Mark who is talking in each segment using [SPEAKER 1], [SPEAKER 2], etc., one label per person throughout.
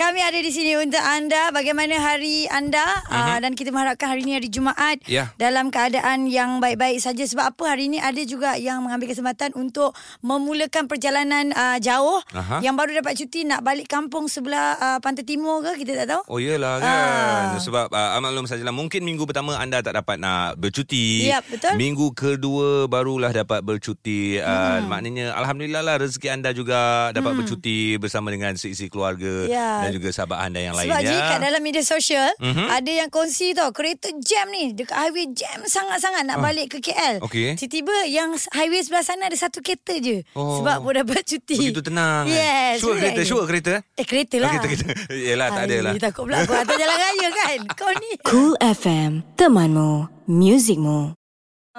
[SPEAKER 1] Kami ada di sini untuk anda bagaimana hari anda mm-hmm. uh, dan kita mengharapkan hari ini hari Jumaat
[SPEAKER 2] Mhm. Ya.
[SPEAKER 1] dalam keadaan yang baik-baik saja sebab apa hari ini ada juga yang mengambil kesempatan untuk memulakan perjalanan uh, jauh
[SPEAKER 2] Aha.
[SPEAKER 1] yang baru dapat cuti nak balik kampung sebelah uh, pantai timur ke kita tak tahu.
[SPEAKER 2] Oh iyalah
[SPEAKER 1] Ah.
[SPEAKER 2] kan Sebab uh, maklum sajalah Mungkin minggu pertama anda tak dapat nak bercuti
[SPEAKER 1] Yap, betul.
[SPEAKER 2] Minggu kedua barulah dapat bercuti
[SPEAKER 1] Mm-hmm.
[SPEAKER 2] uh, Maknanya Alhamdulillah lah rezeki anda juga Dapat bercuti bersama dengan seisi keluarga
[SPEAKER 1] Ya.
[SPEAKER 2] Dan juga sahabat anda yang
[SPEAKER 1] Sebab je
[SPEAKER 2] lainnya
[SPEAKER 1] kat dalam media sosial
[SPEAKER 2] Mhm.
[SPEAKER 1] mm-hmm. Ada yang kongsi tau Kereta jam ni Dekat highway jam sangat-sangat Nak balik ke KL
[SPEAKER 2] Ah. Okey.
[SPEAKER 1] Tiba-tiba yang highway sebelah sana Ada satu kereta je
[SPEAKER 2] Oh.
[SPEAKER 1] Sebab pun dapat cuti
[SPEAKER 2] Begitu tenang kan?
[SPEAKER 1] Yes
[SPEAKER 2] Sure kereta, sure kereta eh?
[SPEAKER 1] Eh kereta lah
[SPEAKER 2] Oh, kereta, kereta. Yelah tak ada lah
[SPEAKER 1] Ay, Takut pula aku atas jalan raya kan Kau ni
[SPEAKER 3] Cool FM, temanmu, muzikmu.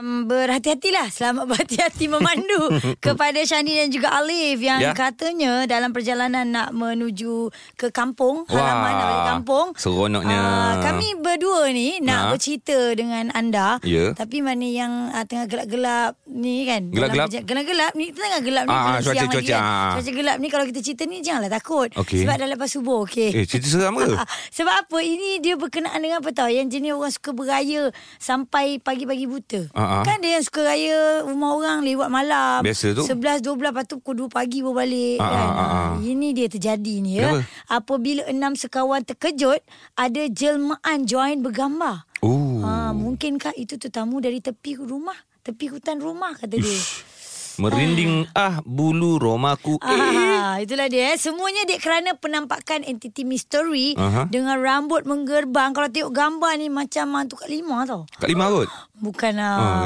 [SPEAKER 1] um, Berhati-hatilah Selamat berhati-hati memandu Kepada Shani dan juga Alif Yang
[SPEAKER 2] Ya.
[SPEAKER 1] katanya Dalam perjalanan nak menuju Ke kampung Halaman nak balik kampung
[SPEAKER 2] Seronoknya
[SPEAKER 1] Ah, kami berdua ni nak
[SPEAKER 2] Ha?
[SPEAKER 1] bercerita dengan anda.
[SPEAKER 2] Ya.
[SPEAKER 1] Tapi mana yang uh, tengah gelap-gelap ni kan. dalam
[SPEAKER 2] Gelap-gelap?
[SPEAKER 1] kerja- Gelap-gelap ni tengah gelap ni.
[SPEAKER 2] Ah,
[SPEAKER 1] belum
[SPEAKER 2] cuaca-
[SPEAKER 1] siang lagi
[SPEAKER 2] cuaca,
[SPEAKER 1] kan.
[SPEAKER 2] ah.
[SPEAKER 1] Cuaca gelap ni kalau kita cerita ni janganlah takut.
[SPEAKER 2] Okey.
[SPEAKER 1] Sebab dah lepas subuh.
[SPEAKER 2] Eh
[SPEAKER 1] Okey.
[SPEAKER 2] cerita seram ke?
[SPEAKER 1] Ah, Sebab apa? Ini dia berkenaan dengan apa tau? Yang jenis orang suka beraya sampai pagi-pagi buta.
[SPEAKER 2] Ah, ah.
[SPEAKER 1] Kan dia yang suka raya rumah orang lewat malam.
[SPEAKER 2] Biasa tu.
[SPEAKER 1] 11, 12 lepas tu pukul 2 pagi baru balik.
[SPEAKER 2] Ah,
[SPEAKER 1] kan?
[SPEAKER 2] ah, ah,
[SPEAKER 1] Ah,
[SPEAKER 2] ah.
[SPEAKER 1] Ini dia terjadi ni ya.
[SPEAKER 2] Kenapa?
[SPEAKER 1] Apabila enam sekawan terkejut, ada jelmaan join bergambar.
[SPEAKER 2] Oh
[SPEAKER 1] Ha, mungkinkah itu tetamu dari tepi rumah? Tepi hutan rumah kata dia.
[SPEAKER 2] Merinding ah bulu romaku eh.
[SPEAKER 1] Ah, itulah dia eh. Semuanya dia kerana penampakan entiti misteri
[SPEAKER 2] Aha.
[SPEAKER 1] dengan rambut menggerbang. Kalau tengok gambar ni macam hantu kat lima tau.
[SPEAKER 2] Kat lima kot
[SPEAKER 1] Bukan
[SPEAKER 2] Ah,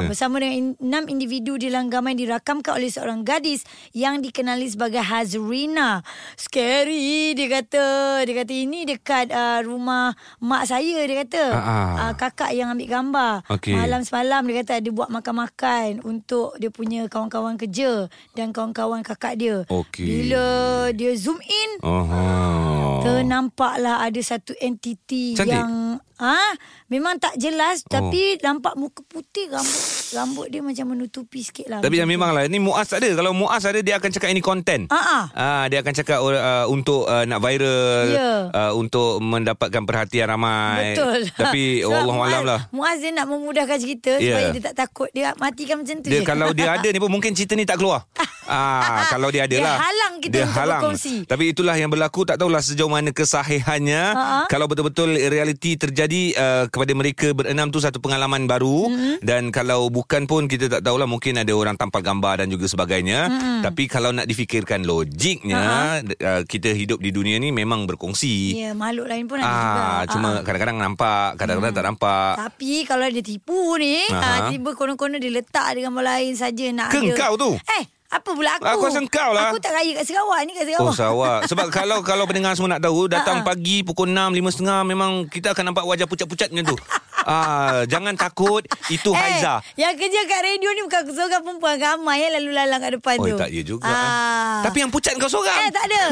[SPEAKER 1] ah.
[SPEAKER 2] ya.
[SPEAKER 1] Bersama dengan in- enam individu di langgaman dirakamkan oleh seorang gadis yang dikenali sebagai Hazrina. Scary dia kata. Dia kata ini dekat uh, rumah mak saya dia kata.
[SPEAKER 2] Ah, ah.
[SPEAKER 1] Uh, kakak yang ambil gambar.
[SPEAKER 2] Okey.
[SPEAKER 1] Malam semalam dia kata ada buat makan-makan untuk dia punya kawan-kawan kerja dan kawan-kawan kakak dia.
[SPEAKER 2] Okey.
[SPEAKER 1] Bila dia zoom in
[SPEAKER 2] Oh.
[SPEAKER 1] Ternampaklah ada satu entiti
[SPEAKER 2] Cantik?
[SPEAKER 1] yang ah ha, memang tak jelas
[SPEAKER 2] Oh.
[SPEAKER 1] tapi nampak muka putih rambut rambut dia macam menutupi sikit lah.
[SPEAKER 2] Tapi yang memanglah Ni Muaz tak ada Kalau Muaz ada Dia akan cakap ini konten
[SPEAKER 1] ah ah.
[SPEAKER 2] Ah, dia akan cakap uh, untuk uh, nak viral,
[SPEAKER 1] Ya.
[SPEAKER 2] uh, untuk mendapatkan perhatian ramai.
[SPEAKER 1] Betul.
[SPEAKER 2] Tapi
[SPEAKER 1] Sebab
[SPEAKER 2] Allah alam
[SPEAKER 1] Muaz-
[SPEAKER 2] lah.
[SPEAKER 1] Muaz dia nak memudahkan cerita yeah.
[SPEAKER 2] Ya.
[SPEAKER 1] supaya dia tak takut dia matikan macam tu
[SPEAKER 2] Dia
[SPEAKER 1] je.
[SPEAKER 2] kalau dia ada ni pun mungkin cerita ni tak keluar. ah, kalau dia ada
[SPEAKER 1] Dia
[SPEAKER 2] lah.
[SPEAKER 1] halang kita
[SPEAKER 2] dia
[SPEAKER 1] untuk
[SPEAKER 2] halang.
[SPEAKER 1] berkongsi.
[SPEAKER 2] Tapi itulah yang berlaku tak tahulah sejauh mana kesahihannya.
[SPEAKER 1] Ha-ha.
[SPEAKER 2] Kalau betul-betul realiti terjadi uh, kepada mereka berenam tu satu pengalaman baru
[SPEAKER 1] Mm-hmm.
[SPEAKER 2] dan kalau bukan pun kita tak tahulah mungkin ada orang tampal gambar dan juga sebagainya.
[SPEAKER 1] Mm-hmm.
[SPEAKER 2] Tapi kalau nak difikirkan logiknya d- uh, kita hidup di dunia ni memang berkongsi.
[SPEAKER 1] Ya, makhluk lain pun ada juga. Mm-hmm.
[SPEAKER 2] Ah, cuma
[SPEAKER 1] Ah, ah.
[SPEAKER 2] kadang-kadang nampak, kadang-kadang tak nampak.
[SPEAKER 1] Tapi kalau dia tipu ni,
[SPEAKER 2] Aha.
[SPEAKER 1] ah, tiba konon-konon dia letak dengan orang lain saja nak
[SPEAKER 2] Ke
[SPEAKER 1] ada.
[SPEAKER 2] engkau tu?
[SPEAKER 1] Eh, apa pula aku?
[SPEAKER 2] Aku rasa engkau lah.
[SPEAKER 1] Aku tak raya kat Sarawak ni kat Sarawak.
[SPEAKER 2] Oh Sarawak Sebab kalau kalau pendengar semua nak tahu Datang pagi pukul 6, 5.30 Memang kita akan nampak wajah pucat-pucat macam tu ah, Jangan takut Itu
[SPEAKER 1] Eh,
[SPEAKER 2] Haiza
[SPEAKER 1] Yang kerja kat radio ni bukan seorang perempuan ramai yang lalu lalang kat depan
[SPEAKER 2] Oh
[SPEAKER 1] tu.
[SPEAKER 2] tak ya juga ah. Tapi yang pucat kau
[SPEAKER 1] eh
[SPEAKER 2] seorang
[SPEAKER 1] tak ada.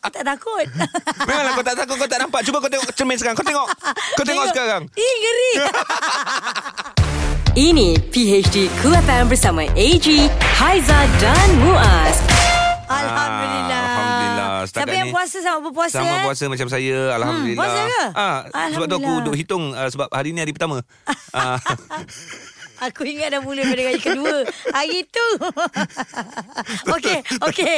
[SPEAKER 1] Aku tak takut.
[SPEAKER 2] Memanglah kau tak takut Kau tak nampak Cuba kau tengok cermin sekarang Kau tengok Kau tengok sekarang
[SPEAKER 1] Ih ngeri.
[SPEAKER 3] Ini PHD Cool FM bersama AG, Haiza dan Muaz.
[SPEAKER 1] Alhamdulillah.
[SPEAKER 2] Ah, Alhamdulillah Setakat
[SPEAKER 1] Siapa yang
[SPEAKER 2] ni-
[SPEAKER 1] puasa sama berpuasa?
[SPEAKER 2] Sama
[SPEAKER 1] eh?
[SPEAKER 2] puasa macam saya Alhamdulillah
[SPEAKER 1] puasa ke?
[SPEAKER 2] Ah, Sebab tu aku
[SPEAKER 1] Alhamdulillah.
[SPEAKER 2] duk hitung ah, Sebab hari ni hari pertama ah,
[SPEAKER 1] Aku ingat dah mula pada kali kedua Hari tu Okey Okey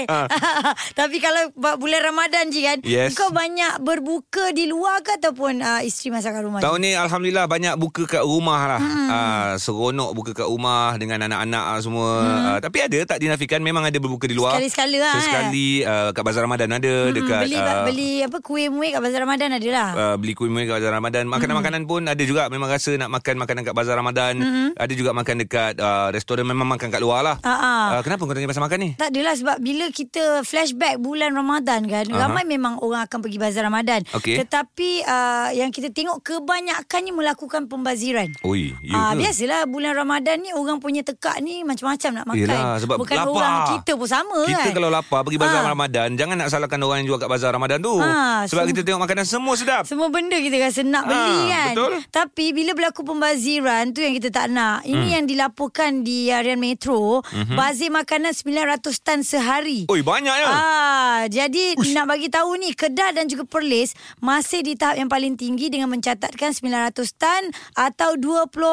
[SPEAKER 1] Tapi kalau bu- Bulan Ramadan je kan
[SPEAKER 2] Ah. Yes.
[SPEAKER 1] Kau banyak berbuka di luar ke Ataupun uh, isteri masakan rumah je?
[SPEAKER 2] Tahun ni Alhamdulillah banyak buka kat rumah lah. Hmm. Uh, seronok buka kat rumah dengan anak-anak lah semua. Hmm. Uh, tapi ada tak dinafikan memang ada berbuka di luar.
[SPEAKER 1] Sekali-sekala lah, eh.
[SPEAKER 2] Sesekali uh, kat Bazar Ramadan ada. Hmm. Dekat, ah,
[SPEAKER 1] beli
[SPEAKER 2] uh,
[SPEAKER 1] beli apa kuih-muih kat Bazar Ramadan lah. adalah. Hmm.
[SPEAKER 2] Uh, beli kuih muih kat Bazar Ramadan Makanan-makanan pun ada juga Memang rasa nak makan makanan kat Bazar Ramadan Ada ada juga makan dekat uh, restoran memang makan kat luar lah.
[SPEAKER 1] Ah, ah.
[SPEAKER 2] Uh, kenapa kau tanya pasal makan ni?
[SPEAKER 1] Tak adalah sebab bila kita flashback bulan Ramadan kan uh-huh. ramai memang orang akan pergi bazar Ramadan
[SPEAKER 2] Okey.
[SPEAKER 1] tetapi uh, yang kita tengok kebanyakannya melakukan pembaziran
[SPEAKER 2] Oi, ya
[SPEAKER 1] Ah,
[SPEAKER 2] ke?
[SPEAKER 1] biasalah bulan Ramadan ni orang punya tekak ni macam-macam nak makan.
[SPEAKER 2] Yelah, sebab
[SPEAKER 1] Bukan
[SPEAKER 2] lapar.
[SPEAKER 1] orang kita pun sama
[SPEAKER 2] kita
[SPEAKER 1] kan.
[SPEAKER 2] Kita kalau lapar pergi bazar
[SPEAKER 1] Ah.
[SPEAKER 2] Ramadan, jangan nak salahkan orang yang jual kat bazar Ramadan tu.
[SPEAKER 1] Ah,
[SPEAKER 2] sebab
[SPEAKER 1] sem-
[SPEAKER 2] kita tengok makanan semua sedap.
[SPEAKER 1] Semua benda kita rasa nak beli
[SPEAKER 2] Ah,
[SPEAKER 1] kan.
[SPEAKER 2] betul.
[SPEAKER 1] Tapi bila berlaku pembaziran tu yang kita tak nak. Ini
[SPEAKER 2] Hmm.
[SPEAKER 1] yang dilaporkan di harian Metro,
[SPEAKER 2] Mhm.
[SPEAKER 1] bazir makanan 900 tan sehari.
[SPEAKER 2] Oi, banyak ya.
[SPEAKER 1] Ah, jadi Ush. nak bagi tahu ni Kedah dan juga Perlis masih di tahap yang paling tinggi dengan mencatatkan 900 tan atau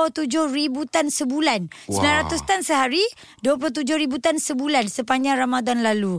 [SPEAKER 1] 27,000 tan sebulan.
[SPEAKER 2] Wah.
[SPEAKER 1] 900 tan sehari, 27,000 tan sebulan sepanjang Ramadan lalu.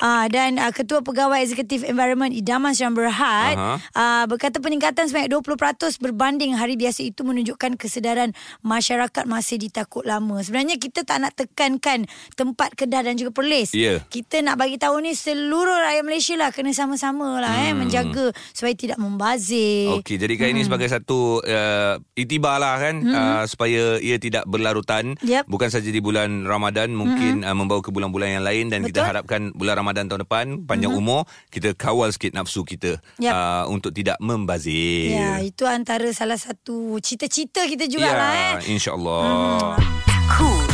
[SPEAKER 1] Ah dan ah, Ketua Pegawai Eksekutif Environment Idaman Syam Berhad
[SPEAKER 2] Aha.
[SPEAKER 1] ah, berkata peningkatan sebanyak 20% berbanding hari biasa itu menunjukkan kesedaran masyarakat masih ditakut lama. Sebenarnya kita tak nak tekankan tempat Kedah dan juga Perlis.
[SPEAKER 2] Ya.
[SPEAKER 1] Kita nak bagi tahu ni seluruh rakyat Malaysia lah kena sama-sama lah hmm. eh menjaga supaya tidak membazir.
[SPEAKER 2] Okey, jadikan
[SPEAKER 1] Hmm.
[SPEAKER 2] ini sebagai satu uh, itibar lah kan uh, supaya ia tidak berlarutan
[SPEAKER 1] Yep. Hmm.
[SPEAKER 2] bukan saja di bulan Ramadan mungkin uh, membawa ke bulan-bulan yang lain dan kita
[SPEAKER 1] Betul. Hmm.
[SPEAKER 2] harapkan bulan Ramadan tahun depan panjang umur kita kawal sikit nafsu kita
[SPEAKER 1] Yep.
[SPEAKER 2] uh, untuk tidak membazir.
[SPEAKER 1] Ya, itu antara salah satu cita-cita kita
[SPEAKER 2] Ya,
[SPEAKER 1] jugalah eh. Hmm.
[SPEAKER 2] insya-Allah.
[SPEAKER 3] Cool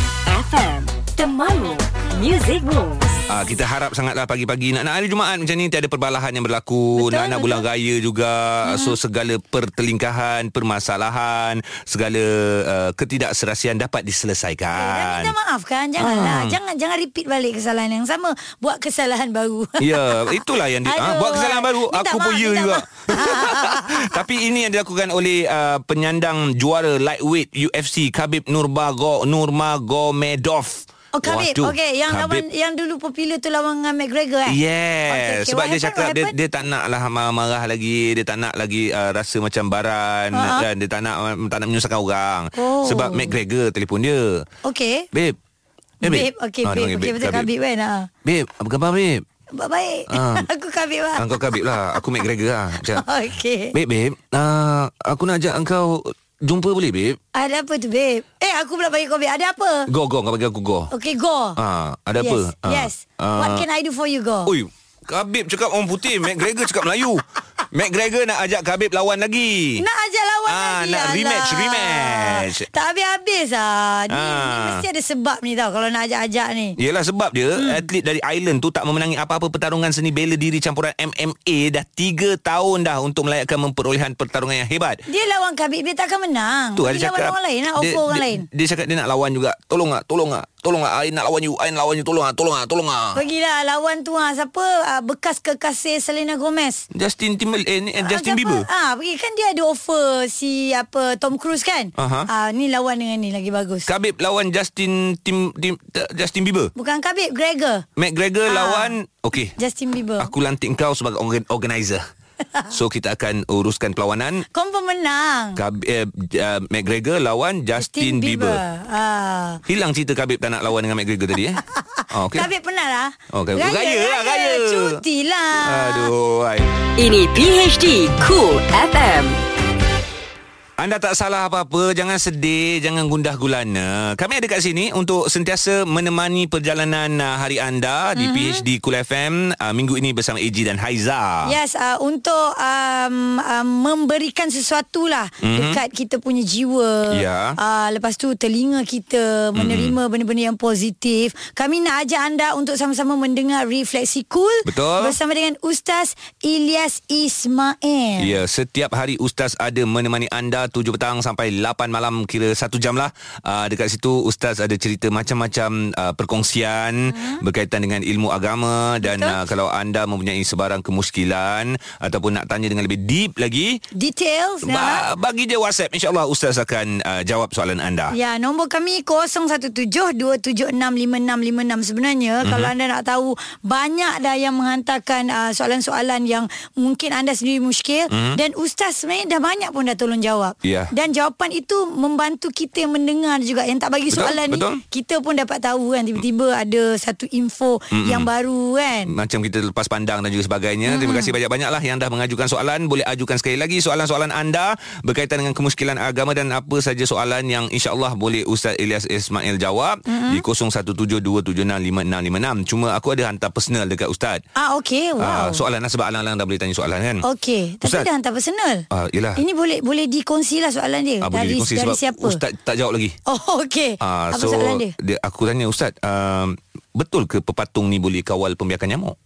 [SPEAKER 3] FM Temanmu Music Moves
[SPEAKER 2] Ah, kita harap sangatlah pagi-pagi nak nak hari Jumaat macam ni tiada perbalahan yang berlaku
[SPEAKER 1] Betul,
[SPEAKER 2] nak nak
[SPEAKER 1] betul.
[SPEAKER 2] bulan raya juga hmm. so segala pertelingkahan permasalahan segala uh, ketidakserasian dapat
[SPEAKER 1] Dan
[SPEAKER 2] diselesaikan
[SPEAKER 1] minta maaf kan Janganlah
[SPEAKER 2] Ah.
[SPEAKER 1] Jangan jangan repeat balik Kesalahan yang sama Buat kesalahan baru
[SPEAKER 2] Ya, itulah yang di, ha,
[SPEAKER 1] Aduh.
[SPEAKER 2] buat kesalahan baru
[SPEAKER 1] Minta
[SPEAKER 2] aku pun
[SPEAKER 1] maaf,
[SPEAKER 2] ya
[SPEAKER 1] minta
[SPEAKER 2] juga.
[SPEAKER 1] maaf.
[SPEAKER 2] Tapi ini yang dilakukan oleh uh, penyandang juara lightweight UFC Khabib Nurmagomedov. Nurmagomedov.
[SPEAKER 1] Oh Khabib
[SPEAKER 2] Waduh,
[SPEAKER 1] Okay yang
[SPEAKER 2] Khabib. Ya.
[SPEAKER 1] lawan Yang dulu popular tu Lawan dengan McGregor eh
[SPEAKER 2] Yeah, okay,
[SPEAKER 1] Okay, okay.
[SPEAKER 2] okay. sebab
[SPEAKER 1] What
[SPEAKER 2] dia
[SPEAKER 1] happened?
[SPEAKER 2] cakap
[SPEAKER 1] What
[SPEAKER 2] dia
[SPEAKER 1] happened?
[SPEAKER 2] dia tak nak lah marah-marah lagi, dia tak nak lagi uh, rasa macam baran
[SPEAKER 1] Ha-ha.
[SPEAKER 2] uh-huh. dan dia tak nak um, tak nak menyusahkan orang.
[SPEAKER 1] Ha, Oh.
[SPEAKER 2] Sebab McGregor telefon dia.
[SPEAKER 1] Okay
[SPEAKER 2] Babe. Eh,
[SPEAKER 1] Babe Okay
[SPEAKER 2] Ah,
[SPEAKER 1] babe
[SPEAKER 2] dia panggil
[SPEAKER 1] Okay betul Khabib kan ha.
[SPEAKER 2] Babe, apa khabar babe?
[SPEAKER 1] Baik-baik
[SPEAKER 2] Ah.
[SPEAKER 1] Aku Khabib lah
[SPEAKER 2] Ah, kau Khabib lah, aku McGregor lah. Macam,
[SPEAKER 1] Okay
[SPEAKER 2] babe, babe, uh, aku nak ajak engkau jumpa boleh babe?
[SPEAKER 1] Ada apa tu babe? Eh aku pula bagi kau babe. Ada apa?
[SPEAKER 2] Go, go, kau bagi aku go.
[SPEAKER 1] Okay go.
[SPEAKER 2] Ah, ada
[SPEAKER 1] yes.
[SPEAKER 2] apa? Ah.
[SPEAKER 1] Yes.
[SPEAKER 2] Ah.
[SPEAKER 1] What can I do for you go?
[SPEAKER 2] Oi, Khabib cakap orang putih, McGregor cakap Melayu. McGregor nak ajak Khabib lawan lagi.
[SPEAKER 1] Nak ajak lawan
[SPEAKER 2] Ah,
[SPEAKER 1] lagi
[SPEAKER 2] nak
[SPEAKER 1] Alah.
[SPEAKER 2] rematch, rematch.
[SPEAKER 1] Tak habis-habis ah. Ni, ni
[SPEAKER 2] Ah.
[SPEAKER 1] mesti ada sebab ni tau Kalau nak ajak-ajak ni
[SPEAKER 2] Yelah sebab dia hmm. Atlet dari Ireland tu Tak memenangi apa-apa pertarungan seni bela diri Campuran MMA Dah 3 tahun dah Untuk melayakkan memperolehan pertarungan yang hebat
[SPEAKER 1] Dia lawan Khabib Dia takkan menang
[SPEAKER 2] Tu ada
[SPEAKER 1] Hmm, Dia lawan
[SPEAKER 2] cakap
[SPEAKER 1] orang lain Nak offer
[SPEAKER 2] dia,
[SPEAKER 1] orang
[SPEAKER 2] dia,
[SPEAKER 1] lain
[SPEAKER 2] Dia cakap dia nak lawan juga Tolong lah Tolong lah Tolong lah I nak lawan you I nak lawan you Tolong lah Tolong lah Tolong lah
[SPEAKER 1] Pergilah lawan tu ah, Siapa ah, Bekas kekasih Selena Gomez
[SPEAKER 2] Justin Timberlake eh, ni, eh,
[SPEAKER 1] Ah,
[SPEAKER 2] Justin
[SPEAKER 1] siapa?
[SPEAKER 2] Bieber
[SPEAKER 1] Ah, pergi kan dia ada offer si apa Tom Cruise kan?
[SPEAKER 2] Aha.
[SPEAKER 1] Ah, ni lawan dengan ni lagi bagus.
[SPEAKER 2] Khabib lawan Justin Tim, Tim tak, Justin Bieber
[SPEAKER 1] Bukan Khabib, Gregor.
[SPEAKER 2] McGregor
[SPEAKER 1] Ah.
[SPEAKER 2] lawan Okay
[SPEAKER 1] Justin Bieber.
[SPEAKER 2] Aku lantik kau sebagai organ- organizer So kita akan uruskan perlawanan
[SPEAKER 1] Kau pemenang.
[SPEAKER 2] Khabib, eh, uh, McGregor lawan Justin, Bieber. Bieber.
[SPEAKER 1] Ah.
[SPEAKER 2] Hilang cerita Khabib tak nak lawan dengan McGregor tadi eh. Oh,
[SPEAKER 1] Okay. Khabib penat lah.
[SPEAKER 2] Oh, Khabib. Raya lah, raya.
[SPEAKER 1] Cuti lah.
[SPEAKER 2] Aduh, hai.
[SPEAKER 3] Ini PHD Cool FM
[SPEAKER 2] Anda tak salah apa-apa, jangan sedih, jangan gundah gulana. Kami ada kat sini untuk sentiasa menemani perjalanan uh, hari anda di PHD Cool FM uh, minggu ini bersama Eji dan Haiza.
[SPEAKER 1] Yes, uh, untuk um, um, memberikan sesuatu lah mm-hmm. dekat kita punya jiwa.
[SPEAKER 2] Mhm. Ya. Mhm.
[SPEAKER 1] Uh, lepas tu telinga kita menerima benda-benda yang positif. Kami nak ajak anda untuk sama-sama mendengar Refleksi Cool.
[SPEAKER 2] Betul.
[SPEAKER 1] Bersama dengan Ustaz Ilyas Ismail.
[SPEAKER 2] Ya, setiap hari Ustaz ada menemani anda 7 petang sampai 8 malam kira 1 jam lah. Uh, dekat situ Ustaz ada cerita macam-macam uh, perkongsian hmm. berkaitan dengan ilmu agama dan
[SPEAKER 1] Betul.
[SPEAKER 2] uh, kalau anda mempunyai sebarang kemuskilan ataupun nak tanya dengan lebih deep lagi,
[SPEAKER 1] Details nah.
[SPEAKER 2] ba- bagi je WhatsApp. InsyaAllah Ustaz akan uh, jawab soalan anda. Ya.
[SPEAKER 1] Ya, nombor kami 0172765656. Sebenarnya
[SPEAKER 2] Mhm.
[SPEAKER 1] mm-hmm. kalau anda nak tahu banyak dah yang menghantarkan uh, soalan-soalan yang mungkin anda sendiri muskil mm-hmm. dan ustaz sebenarnya dah banyak pun dah tolong jawab. jawab.
[SPEAKER 2] Mhm. Ya.
[SPEAKER 1] Dan jawapan itu membantu kita mendengar juga yang tak bagi
[SPEAKER 2] Betul,
[SPEAKER 1] soalan
[SPEAKER 2] betul.
[SPEAKER 1] ni kita pun dapat tahu kan tiba-tiba ada satu info
[SPEAKER 2] Mhm.
[SPEAKER 1] yang baru kan.
[SPEAKER 2] macam kita lepas pandang dan juga sebagainya. Hmm. Terima kasih banyak-banyak lah yang dah mengajukan soalan. Boleh ajukan sekali lagi soalan-soalan anda berkaitan dengan kemuskilan agama dan apa saja soalan yang insyaAllah boleh Ustaz Ilyas Ismail jawab hmm. di 0172765656. Cuma aku ada hantar personal dekat Ustaz.
[SPEAKER 1] Ah okey.
[SPEAKER 2] Wow. Uh,
[SPEAKER 1] Wow.
[SPEAKER 2] soalan lah sebab alang-alang dah boleh tanya soalan kan.
[SPEAKER 1] Okey, tapi
[SPEAKER 2] Ustaz.
[SPEAKER 1] dah hantar personal.
[SPEAKER 2] Ah, yelah.
[SPEAKER 1] Ini boleh boleh dikongsi lah soalan dia.
[SPEAKER 2] Ah,
[SPEAKER 1] dari
[SPEAKER 2] boleh dikongsi
[SPEAKER 1] dari
[SPEAKER 2] sebab
[SPEAKER 1] siapa?
[SPEAKER 2] Ustaz tak jawab lagi.
[SPEAKER 1] Oh, okey.
[SPEAKER 2] Ah,
[SPEAKER 1] Apa
[SPEAKER 2] so
[SPEAKER 1] soalan dia?
[SPEAKER 2] dia aku tanya ustaz, uh, betul ke pepatung ni boleh kawal pembiakan nyamuk?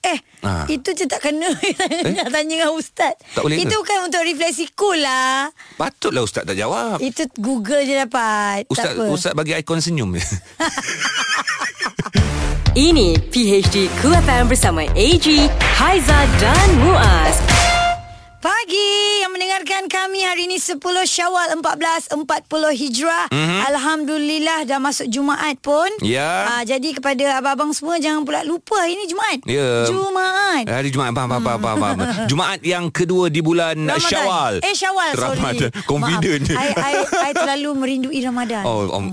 [SPEAKER 1] Eh,
[SPEAKER 2] Ah.
[SPEAKER 1] itu je tak kena nak tanya dengan ustaz.
[SPEAKER 2] Eh? Tak boleh
[SPEAKER 1] itu
[SPEAKER 2] ke?
[SPEAKER 1] bukan untuk refleksi cool lah.
[SPEAKER 2] Patutlah ustaz tak jawab.
[SPEAKER 1] Itu Google je dapat. tak
[SPEAKER 2] Ustaz
[SPEAKER 1] apa. Eh.
[SPEAKER 2] ustaz bagi ikon senyum je.
[SPEAKER 3] Ini PHD Cool FM bersama AG, Haiza dan Muaz.
[SPEAKER 1] Pagi yang mendengarkan kami hari ini 10 Syawal 1440 Hijrah.
[SPEAKER 2] Mhm.
[SPEAKER 1] Mm-hmm. Alhamdulillah dah masuk Jumaat pun.
[SPEAKER 2] Ya.
[SPEAKER 1] Ah, jadi kepada abang-abang semua jangan pula lupa hari ini Jumaat.
[SPEAKER 2] Ya.
[SPEAKER 1] Jumaat.
[SPEAKER 2] Hari Jumaat faham, faham, faham, faham, faham. Jumaat yang kedua di bulan
[SPEAKER 1] Hmm, Ramadan.
[SPEAKER 2] Syawal.
[SPEAKER 1] Eh Syawal sorry.
[SPEAKER 2] Ramadan. Confident.
[SPEAKER 1] Maaf. I, I, I terlalu merindui Ramadan.
[SPEAKER 2] Oh, um,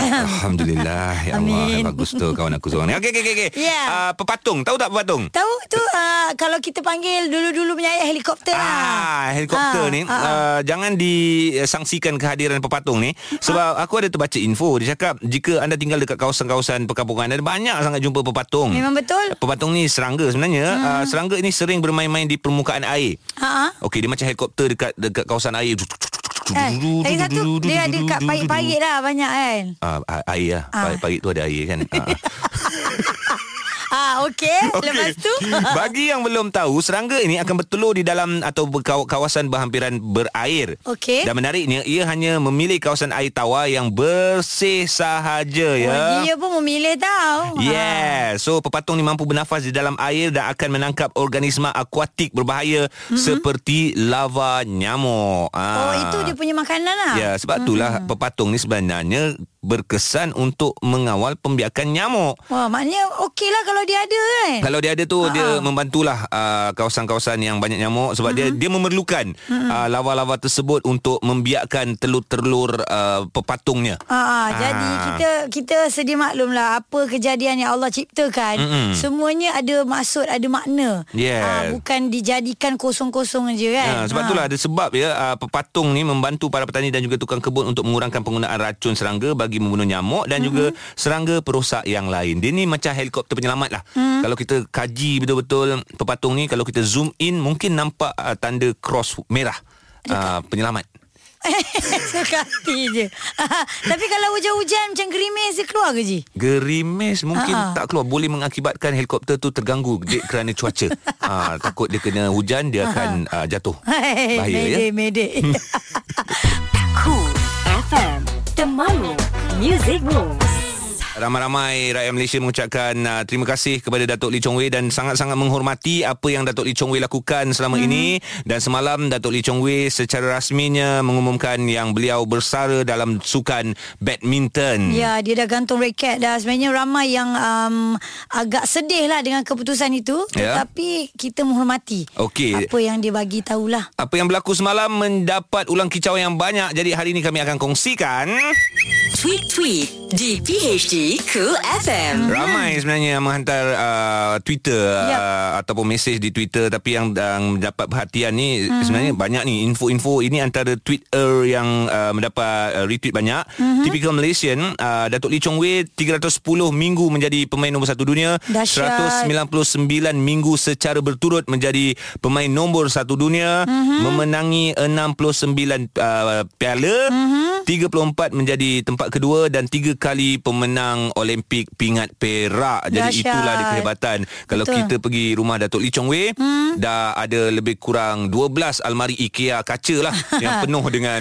[SPEAKER 2] Alhamdulillah Ya Allah
[SPEAKER 1] Amin.
[SPEAKER 2] Bagus tu kawan aku seorang ni Okey, okey, okey okay.
[SPEAKER 1] Ya.
[SPEAKER 2] uh, Pepatung Tahu tak pepatung?
[SPEAKER 1] Tahu tu uh, kalau kita panggil dulu-dulu punya ayat helikopter lah.
[SPEAKER 2] Ah, helikopter
[SPEAKER 1] Ah,
[SPEAKER 2] ni
[SPEAKER 1] ah, ah.
[SPEAKER 2] Uh, jangan disangsikan kehadiran pepatung ni sebab
[SPEAKER 1] Ah.
[SPEAKER 2] aku ada terbaca info dia cakap jika anda tinggal dekat kawasan-kawasan perkampungan ada banyak sangat jumpa pepatung.
[SPEAKER 1] Memang betul.
[SPEAKER 2] Pepatung ni serangga sebenarnya. Hmm. Uh, serangga ini sering bermain-main di permukaan air.
[SPEAKER 1] Ha ah.
[SPEAKER 2] Okey, dia macam helikopter dekat dekat kawasan air.
[SPEAKER 1] Eh, lagi satu dia ada kat parit-parit lah banyak kan.
[SPEAKER 2] Ah, air lah.
[SPEAKER 1] Ah.
[SPEAKER 2] Parit-parit tu ada air kan. Ah.
[SPEAKER 1] Ah okey, okay.
[SPEAKER 2] Okey.
[SPEAKER 1] lepas tu
[SPEAKER 2] Bagi yang belum tahu Serangga ini akan bertelur di dalam Atau berkaw- kawasan berhampiran berair
[SPEAKER 1] Okey.
[SPEAKER 2] Dan menariknya Ia hanya memilih kawasan air tawar Yang bersih sahaja ya
[SPEAKER 1] Oh, dia pun memilih tau.
[SPEAKER 2] Yeah So pepatung ni mampu bernafas di dalam air Dan akan menangkap organisma akuatik berbahaya mm-hmm. Seperti lava nyamuk Ah.
[SPEAKER 1] Ha. Mhm. Oh, itu dia punya makanan lah.
[SPEAKER 2] Ya, sebab itulah mm-hmm. pepatung ni sebenarnya berkesan untuk mengawal pembiakan nyamuk.
[SPEAKER 1] Wah, maknanya okey lah kalau dia ada kan.
[SPEAKER 2] Kalau dia ada tu dia membantulah uh, kawasan-kawasan yang banyak nyamuk sebab
[SPEAKER 1] Mhm.
[SPEAKER 2] dia dia memerlukan uh, lava-lava tersebut untuk membiakkan telur-telur uh, pepatungnya.
[SPEAKER 1] Ha, ha, jadi
[SPEAKER 2] Ah.
[SPEAKER 1] kita kita sedia maklum lah apa kejadian yang Allah ciptakan
[SPEAKER 2] Mm-mm.
[SPEAKER 1] semuanya ada maksud ada makna
[SPEAKER 2] Yes.
[SPEAKER 1] Ah, bukan dijadikan kosong-kosong je kan
[SPEAKER 2] Ya, sebab
[SPEAKER 1] Ah.
[SPEAKER 2] itulah ada sebab ya uh, pepatung ni membantu para petani dan juga tukang kebun untuk mengurangkan penggunaan racun serangga bagi membunuh nyamuk dan juga
[SPEAKER 1] Mhm.
[SPEAKER 2] serangga perosak yang lain. Dia ni macam helikopter penyelamat lah.
[SPEAKER 1] Hmm.
[SPEAKER 2] Mm. Kalau kita kaji betul-betul pepatung ni kalau kita zoom in mungkin nampak uh, tanda cross merah uh, penyelamat.
[SPEAKER 1] suka hati je Ah, tapi kalau hujan-hujan macam gerimis dia keluar ke Ji
[SPEAKER 2] Gerimis mungkin
[SPEAKER 1] Ha-ha.
[SPEAKER 2] uh-huh. tak keluar boleh mengakibatkan helikopter tu terganggu dek kerana cuaca. ha, takut dia kena hujan dia akan uh, jatuh. Bahaya
[SPEAKER 1] medek
[SPEAKER 2] ya.
[SPEAKER 1] medek
[SPEAKER 3] Cool FM, temanmu, music moves.
[SPEAKER 2] Ramai-ramai rakyat Malaysia mengucapkan uh, terima kasih kepada Datuk Lee Chong Wei dan sangat-sangat menghormati apa yang Datuk Lee Chong Wei lakukan selama hmm. ini dan semalam Datuk Lee Chong Wei secara rasminya mengumumkan yang beliau bersara dalam sukan badminton.
[SPEAKER 1] Ya, dia dah gantung reket dah. Sebenarnya ramai yang um, agak sedih lah dengan keputusan itu.
[SPEAKER 2] Ya.
[SPEAKER 1] Tetapi kita menghormati
[SPEAKER 2] Okey.
[SPEAKER 1] apa yang dia bagi tahulah.
[SPEAKER 2] Apa yang berlaku semalam mendapat ulang kicau yang banyak jadi hari ini kami akan kongsikan
[SPEAKER 3] Tweet tweet di PHD Cool FM.
[SPEAKER 2] Ramai sebenarnya yang menghantar uh, Twitter
[SPEAKER 1] Yap.
[SPEAKER 2] uh, ataupun mesej di Twitter tapi yang yang mendapat perhatian ni mm-hmm. sebenarnya banyak ni info-info ini antara Twitter yang uh, mendapat uh, retweet banyak. Mm-hmm. Typical Malaysian uh, Datuk Lee Chong Wei 310 minggu menjadi pemain nombor satu dunia,
[SPEAKER 1] Dahsyat.
[SPEAKER 2] 199 minggu secara berturut menjadi pemain nombor satu
[SPEAKER 1] Mhm.
[SPEAKER 2] dunia, mm-hmm. memenangi 69 uh, piala,
[SPEAKER 1] Mhm.
[SPEAKER 2] mm-hmm. 34 menjadi tempat kedua dan tiga kali pemenang Olimpik pingat perak. Jadi
[SPEAKER 1] Dahsyat.
[SPEAKER 2] itulah dia kehebatan. Kalau
[SPEAKER 1] Betul.
[SPEAKER 2] kita pergi rumah Datuk Lee Chong Wei, hmm. dah ada lebih kurang 12 almari IKEA kaca lah yang penuh dengan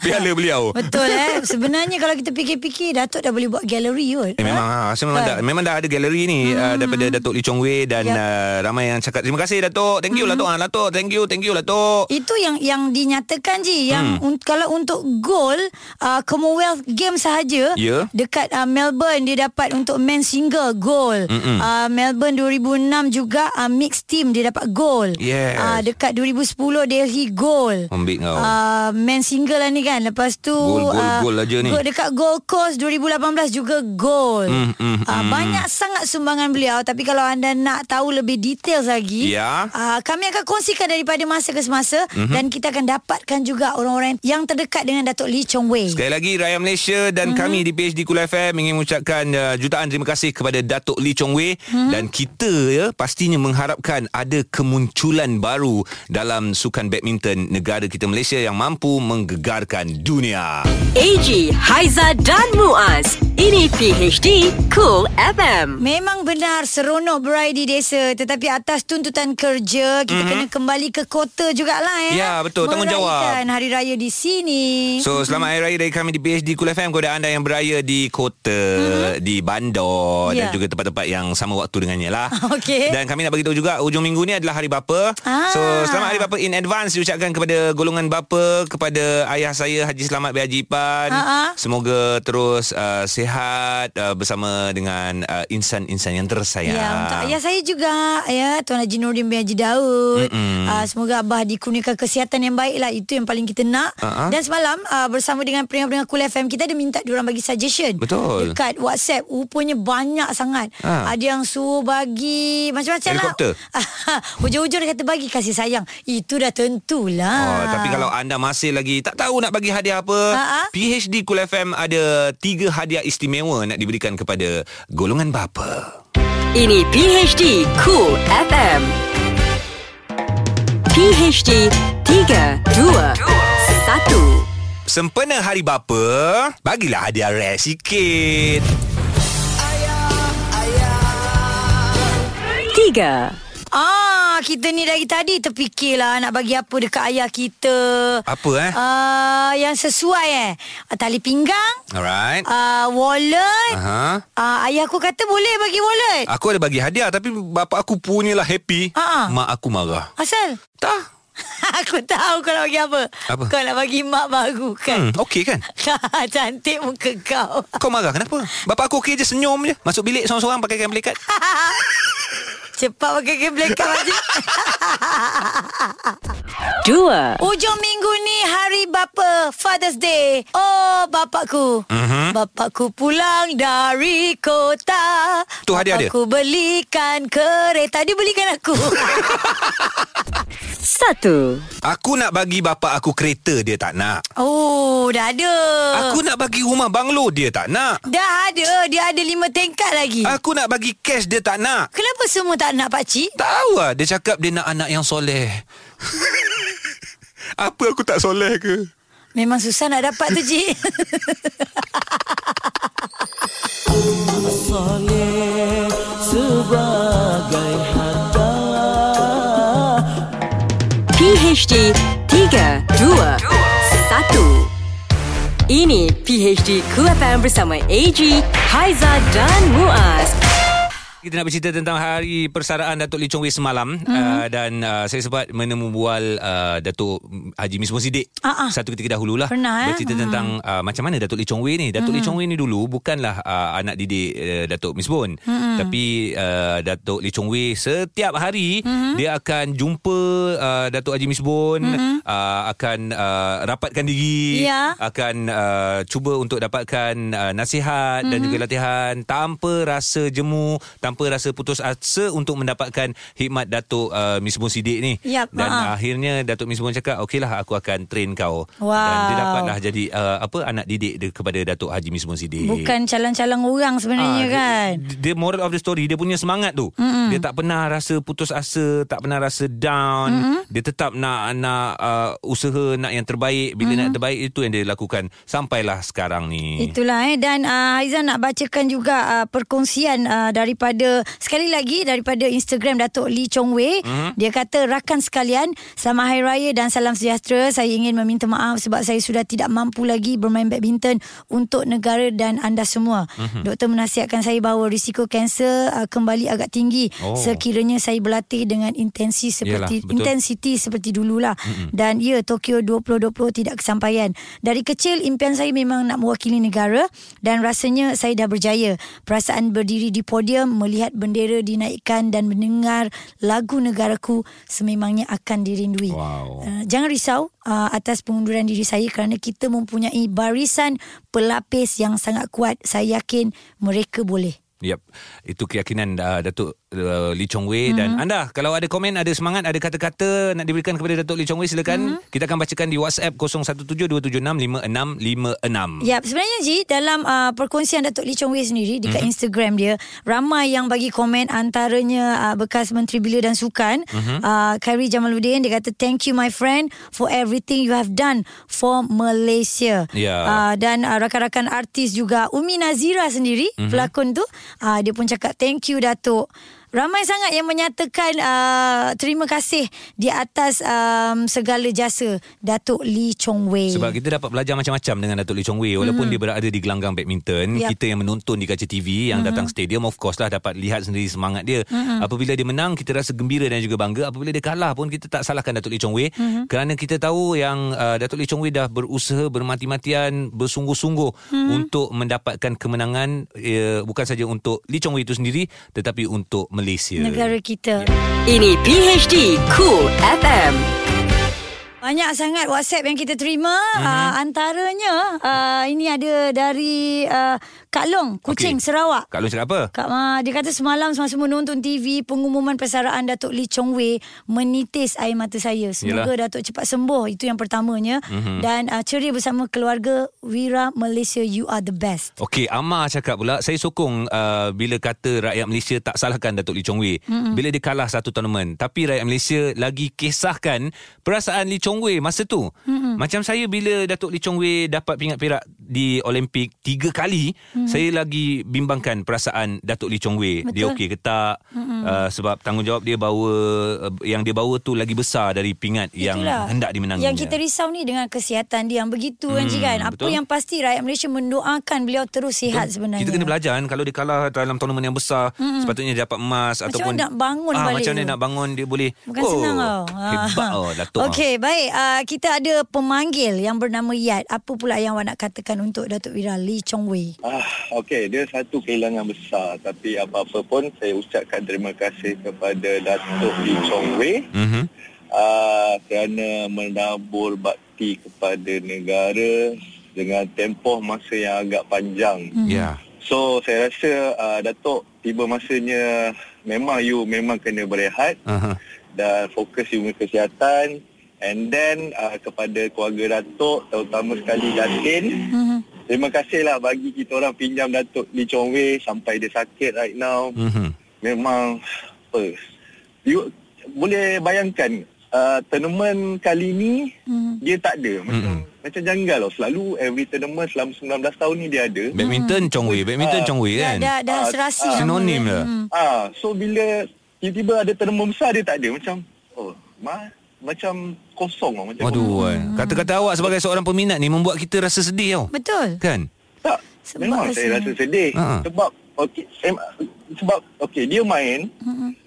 [SPEAKER 2] piala beliau.
[SPEAKER 1] Betul eh. Sebenarnya kalau kita fikir-fikir Datuk dah boleh buat galeri kot.
[SPEAKER 2] Eh, memang ha, saya memang,
[SPEAKER 1] Kan?
[SPEAKER 2] dah, memang dah ada galeri ni hmm. uh, daripada Datuk Lee Chong Wei dan
[SPEAKER 1] Yap.
[SPEAKER 2] yep. uh, ramai yang cakap terima kasih Datuk. Thank you hmm. Datuk. Ah Datuk, thank you, thank you Datuk. Hmm.
[SPEAKER 1] Itu yang yang dinyatakan je yang un, kalau untuk goal uh, Commonwealth Games Tottenham sahaja
[SPEAKER 2] Ya.
[SPEAKER 1] dekat uh, Melbourne dia dapat untuk men single goal. Uh, Melbourne 2006 juga uh, mixed team dia dapat goal.
[SPEAKER 2] Yes.
[SPEAKER 1] Uh, dekat 2010 Delhi goal.
[SPEAKER 2] Ambil kau.
[SPEAKER 1] Uh, men single lah ni kan. Lepas tu
[SPEAKER 2] Gol, gol,
[SPEAKER 1] ah,
[SPEAKER 2] gol aja ni.
[SPEAKER 1] gol Dekat Gold Coast 2018 juga goal.
[SPEAKER 2] Mm, mm,
[SPEAKER 1] Ah,
[SPEAKER 2] mm.
[SPEAKER 1] banyak sangat sumbangan beliau tapi kalau anda nak tahu lebih details lagi
[SPEAKER 2] Ya. Mhm.
[SPEAKER 1] ah, kami akan kongsikan daripada masa ke semasa mm-hmm. dan kita akan dapatkan juga orang-orang yang terdekat dengan Datuk Lee Chong Wei.
[SPEAKER 2] Sekali lagi Rakyat Malaysia dan mm-hmm. kami di PHD Kul FM ingin mengucapkan uh, jutaan terima kasih kepada Datuk Lee Chong Wei mm-hmm. dan kita ya pastinya mengharapkan ada kemunculan baru dalam sukan badminton negara kita Malaysia yang mampu menggegarkan dunia.
[SPEAKER 3] AG, Haiza dan Muaz. Ini PHD Cool FM.
[SPEAKER 1] Memang benar seronok berai di desa tetapi atas tuntutan kerja kita mm-hmm. kena kembali ke kota jugalah eh.
[SPEAKER 2] Mhm. Ya, betul. Tanggungjawab.
[SPEAKER 1] Meraihkan hari raya di sini.
[SPEAKER 2] So selamat hari raya dari kami di PHD Kul FM kepada anda yang beraya di kota, mm-hmm. di bandar yeah.
[SPEAKER 1] Ya.
[SPEAKER 2] dan juga tempat-tempat yang sama waktu dengannya lah.
[SPEAKER 1] Okey.
[SPEAKER 2] Dan kami nak bagi tahu juga hujung minggu ni adalah hari bapa.
[SPEAKER 1] Ah.
[SPEAKER 2] So selamat hari bapa in advance diucapkan kepada golongan bapa, kepada ayah saya Haji Selamat B Haji Ipan.
[SPEAKER 1] Ha-ha.
[SPEAKER 2] Semoga terus uh, sihat uh, bersama dengan uh, insan-insan yang tersayang.
[SPEAKER 1] Ya, untuk ayah saya juga ya Tuan Haji Nordin bin Haji Daud. Uh, semoga abah dikurniakan kesihatan yang baik lah itu yang paling kita nak.
[SPEAKER 2] Ha-ha.
[SPEAKER 1] Dan semalam uh, bersama dengan peringat-peringat Kul FM kita ada minta diorang bagi suggestion.
[SPEAKER 2] Betul.
[SPEAKER 1] Dekat WhatsApp rupanya banyak sangat.
[SPEAKER 2] Ha.
[SPEAKER 1] Ada yang suruh bagi macam-macam
[SPEAKER 2] Helikopter.
[SPEAKER 1] lah. Hujung-hujung dia kata bagi kasih sayang. Itu dah tentulah.
[SPEAKER 2] Oh, tapi kalau anda masih lagi tak tahu nak bagi hadiah apa,
[SPEAKER 1] Ha-ha.
[SPEAKER 2] PHD Cool FM ada tiga hadiah istimewa nak diberikan kepada golongan bapa.
[SPEAKER 3] Ini PHD Cool FM. PHD 3, 2, 1.
[SPEAKER 2] Sempena Hari Bapa, bagilah hadiah rare sikit.
[SPEAKER 3] 3,
[SPEAKER 1] Ah, kita ni dari tadi terfikirlah nak bagi apa dekat ayah kita.
[SPEAKER 2] Apa eh?
[SPEAKER 1] Uh, yang sesuai eh. Ah, Tali pinggang,
[SPEAKER 2] Alright.
[SPEAKER 1] uh, wallet. Uh-huh.
[SPEAKER 2] Aha.
[SPEAKER 1] Uh, ayah aku kata boleh bagi wallet.
[SPEAKER 2] Aku ada bagi hadiah tapi bapa aku punyalah happy.
[SPEAKER 1] Ha-ha.
[SPEAKER 2] Mak aku marah.
[SPEAKER 1] Asal?
[SPEAKER 2] Tak.
[SPEAKER 1] aku tahu kau nak bagi apa.
[SPEAKER 2] Apa?
[SPEAKER 1] Kau nak bagi mak baru kan?
[SPEAKER 2] Hmm, okey kan?
[SPEAKER 1] Hmm. Cantik muka kau.
[SPEAKER 2] Kau marah kenapa? Bapa aku okey je senyum je. Masuk bilik seorang-seorang pakai kain pelikat.
[SPEAKER 1] Cepat pakai kain belakang macam
[SPEAKER 3] 2,
[SPEAKER 1] Hujung minggu ni hari bapa Father's Day. Oh bapakku.
[SPEAKER 2] Mhm.
[SPEAKER 1] Uh-huh. Bapakku pulang dari kota.
[SPEAKER 2] Tu hadiah dia?
[SPEAKER 1] Bapakku belikan kereta. Dia belikan aku.
[SPEAKER 3] 1.
[SPEAKER 2] Aku nak bagi bapa aku kereta dia tak nak.
[SPEAKER 1] oh dah ada.
[SPEAKER 2] Aku nak bagi rumah banglo dia tak nak.
[SPEAKER 1] Dah ada. Dia ada lima tingkat lagi.
[SPEAKER 2] Aku nak bagi cash dia tak nak.
[SPEAKER 1] Kenapa semua tak nak pakcik?
[SPEAKER 2] Tahu lah dia cakap dia nak anak yang soleh. Apa aku tak soleh ke?
[SPEAKER 1] Memang susah nak dapat tu cik.
[SPEAKER 3] PHD 3, 2, 1. Ini PHD Cool FM bersama AG, Haiza dan Muaz.
[SPEAKER 2] Kita nak bercerita tentang hari persaraan Datuk Lee Chong Wei semalam
[SPEAKER 1] Mhm.
[SPEAKER 2] mm-hmm. uh, dan uh, saya sempat menemu bual uh, Datuk Haji Mismun Siddiq
[SPEAKER 1] Ah, ah.
[SPEAKER 2] satu ketika dahululah
[SPEAKER 1] Pernah, eh?
[SPEAKER 2] bercerita mm. tentang uh, macam mana Datuk Lee Chong Wei ni. Datuk mm. Lee Chong Wei ni dulu bukanlah uh, anak didik uh, Datuk Mismun mm. tapi uh, Datuk Lee Chong Wei setiap hari mm. dia akan jumpa uh, Datuk Haji Mismun mm. uh, akan uh, rapatkan diri
[SPEAKER 1] Ya.
[SPEAKER 2] akan uh, cuba untuk dapatkan uh, nasihat mm-hmm. dan juga latihan tanpa rasa jemu, tanpa rasa putus asa untuk mendapatkan khidmat Datuk uh, Mismun Siddiq ni.
[SPEAKER 1] Yap,
[SPEAKER 2] dan
[SPEAKER 1] ha-ha.
[SPEAKER 2] akhirnya Datuk Mismun cakap, "Okeylah aku akan train kau." Dan
[SPEAKER 1] Wow.
[SPEAKER 2] dia dapatlah jadi uh, apa anak didik dia kepada Datuk Haji Mismun Siddiq.
[SPEAKER 1] Bukan calang-calang orang sebenarnya
[SPEAKER 2] Ah,
[SPEAKER 1] kan.
[SPEAKER 2] Dia, dia moral of the story dia punya semangat tu. Mm-hmm. Dia tak pernah rasa putus asa, tak pernah rasa down. Mm-hmm. Dia tetap nak nak uh, usaha nak yang terbaik. Bila mm-hmm. nak terbaik itu yang dia lakukan sampailah sekarang ni.
[SPEAKER 1] Itulah eh dan uh, Aizan nak bacakan juga uh, perkongsian uh, daripada daripada sekali lagi daripada Instagram Datuk Lee Chong Wei. Mm-hmm. Dia kata rakan sekalian, selamat hari raya dan salam sejahtera. Saya ingin meminta maaf sebab saya sudah tidak mampu lagi bermain badminton untuk negara dan anda semua. Mm-hmm. Doktor menasihatkan saya bahawa risiko kanser uh, kembali agak tinggi oh.
[SPEAKER 2] Oh.
[SPEAKER 1] sekiranya saya berlatih dengan intensi seperti
[SPEAKER 2] Yalah, betul.
[SPEAKER 1] intensity seperti dululah. Mm-hmm. Dan ya Tokyo 2020 tidak kesampaian. Dari kecil impian saya memang nak mewakili negara dan rasanya saya dah berjaya. Perasaan berdiri di podium, melihat bendera dinaikkan dan mendengar lagu negaraku sememangnya akan dirindui.
[SPEAKER 2] Wow.
[SPEAKER 1] Uh, jangan risau uh, atas pengunduran diri saya kerana kita mempunyai barisan pelapis yang sangat kuat. Saya yakin mereka boleh.
[SPEAKER 2] Yap. Itu keyakinan uh, Datuk uh, Lee Chong Wei mm-hmm. dan anda kalau ada komen, ada semangat, ada kata-kata nak diberikan kepada Datuk Lee Chong Wei silakan. Mm-hmm. Kita akan bacakan di WhatsApp 0172765656.
[SPEAKER 1] Ya, sebenarnya Ji dalam uh, perkongsian Datuk Lee Chong Wei sendiri dekat
[SPEAKER 2] Mhm.
[SPEAKER 1] mm-hmm. Instagram dia, ramai yang bagi komen antaranya uh, bekas Menteri Belia dan Sukan,
[SPEAKER 2] Mhm.
[SPEAKER 1] mm-hmm. uh, Khairi Jamaluddin dia kata thank you my friend for everything you have done for Malaysia.
[SPEAKER 2] Ya.
[SPEAKER 1] Uh, dan uh, rakan-rakan artis juga Umi Nazira sendiri
[SPEAKER 2] Mhm.
[SPEAKER 1] mm-hmm. pelakon tu uh, dia pun cakap thank you Datuk. Ramai sangat yang menyatakan uh, terima kasih di atas um, segala jasa Datuk Lee Chong Wei.
[SPEAKER 2] Sebab kita dapat belajar macam-macam dengan Datuk Lee Chong Wei walaupun mm-hmm. dia berada di gelanggang badminton,
[SPEAKER 1] Yap.
[SPEAKER 2] kita yang menonton di kaca TV yang mm-hmm. datang stadium of course lah dapat lihat sendiri semangat dia. Mm-hmm. Apabila dia menang kita rasa gembira dan juga bangga, apabila dia kalah pun kita tak salahkan Datuk Lee Chong Wei mm-hmm. kerana kita tahu yang uh, Datuk Lee Chong Wei dah berusaha bermati-matian, bersungguh-sungguh mm-hmm. untuk mendapatkan kemenangan uh, bukan saja untuk Lee Chong Wei itu sendiri tetapi untuk Malaysia.
[SPEAKER 1] negara kita.
[SPEAKER 2] Ya.
[SPEAKER 3] Ini PHD Cool FM.
[SPEAKER 1] Banyak sangat WhatsApp yang kita terima.
[SPEAKER 2] Mhm.
[SPEAKER 1] Mm-hmm. Uh, antaranya uh, ini ada dari uh, Kak Long, Kuching,
[SPEAKER 2] Okey.
[SPEAKER 1] okay. Sarawak.
[SPEAKER 2] Kak Long cakap apa?
[SPEAKER 1] Kak Ma, dia kata semalam semasa menonton TV pengumuman persaraan Datuk Lee Chong Wei menitis air mata saya. Semoga Yalah. Datuk cepat sembuh. Itu yang pertamanya.
[SPEAKER 2] Mhm.
[SPEAKER 1] Mm-hmm. Dan uh, ceria bersama keluarga Wira Malaysia you are the best.
[SPEAKER 2] Okey, Amar cakap pula, saya sokong uh, bila kata rakyat Malaysia tak salahkan Datuk Lee Chong Wei mm-hmm. bila dia kalah satu tournament. Tapi rakyat Malaysia lagi kisahkan perasaan Lee Chong Wei masa tu. Mm-hmm. Macam saya bila Datuk Lee Chong Wei dapat pingat perak di Olimpik tiga kali, mm-hmm. saya lagi bimbangkan perasaan Datuk Lee Chong Wei. Dia okey ke tak? Mm-hmm. Uh, sebab tanggungjawab dia bawa uh, yang dia bawa tu lagi besar dari pingat yang
[SPEAKER 1] Itulah.
[SPEAKER 2] hendak dimenanginya.
[SPEAKER 1] Yang kita risau ni dengan kesihatan dia yang begitu hmm, kan Ji kan. Apa
[SPEAKER 2] betul.
[SPEAKER 1] yang pasti rakyat Malaysia mendoakan beliau terus sihat sebenarnya.
[SPEAKER 2] Kita kena belajar kan Kalau dia kalah dalam tournament yang besar mm-hmm. Sepatutnya dia dapat emas
[SPEAKER 1] Macam
[SPEAKER 2] ataupun,
[SPEAKER 1] mana nak bangun
[SPEAKER 2] ah,
[SPEAKER 1] balik
[SPEAKER 2] Macam mana
[SPEAKER 1] tu?
[SPEAKER 2] nak bangun Dia boleh
[SPEAKER 1] Bukan oh, senang tau. Ha.
[SPEAKER 2] Hebat oh Datuk
[SPEAKER 1] Okey, baik. Uh, kita ada pemanggil yang bernama Yat. Apa pula yang awak nak katakan untuk Datuk Wira Lee Chong Wei?
[SPEAKER 4] Ah, okey, dia satu kehilangan besar tapi apa-apa pun saya ucapkan terima kasih kepada Datuk Lee Chong Wei
[SPEAKER 2] mm-hmm.
[SPEAKER 4] ah, kerana menabur bakti kepada negara dengan tempoh masa yang agak panjang.
[SPEAKER 1] Mm-hmm.
[SPEAKER 2] Ya yeah.
[SPEAKER 4] So saya rasa ah, Datuk tiba masanya memang you memang kena berehat
[SPEAKER 2] uh-huh.
[SPEAKER 4] dan fokus ilmu kesihatan and then uh, kepada keluarga Datuk terutama sekali Datin
[SPEAKER 1] Mhm.
[SPEAKER 4] terima kasihlah bagi kita orang pinjam Datuk Lee Chong Wei sampai dia sakit right now
[SPEAKER 2] mm-hmm.
[SPEAKER 4] memang apa you boleh bayangkan uh, tournament kali ni
[SPEAKER 1] Mhm.
[SPEAKER 4] dia tak ada macam
[SPEAKER 2] Hmm.
[SPEAKER 4] macam janggal lah selalu every tournament selama 19 tahun ni dia ada
[SPEAKER 2] Badminton
[SPEAKER 1] Mm-hmm.
[SPEAKER 2] Chong Wei Badminton Chong Wei
[SPEAKER 1] Dah,
[SPEAKER 2] kan
[SPEAKER 1] dah, dah
[SPEAKER 4] Ah,
[SPEAKER 1] serasi.
[SPEAKER 4] ah.
[SPEAKER 1] nama
[SPEAKER 2] Sinonim
[SPEAKER 1] dia.
[SPEAKER 2] lah.
[SPEAKER 1] Hmm.
[SPEAKER 4] Ah, so bila tiba-tiba ada terma besar dia tak ada macam oh ma, macam kosong lah
[SPEAKER 1] ya.
[SPEAKER 4] macam
[SPEAKER 2] Waduh
[SPEAKER 1] Mm-hmm.
[SPEAKER 4] kosong.
[SPEAKER 2] kan Kata-kata awak sebagai seorang peminat ni Membuat kita rasa sedih tau
[SPEAKER 1] Betul.
[SPEAKER 2] Kan
[SPEAKER 4] tak
[SPEAKER 1] Sebab
[SPEAKER 4] memang saya
[SPEAKER 1] rasa-
[SPEAKER 4] rasa sedih
[SPEAKER 2] Ha.
[SPEAKER 4] sebab okey em- sebab okey dia main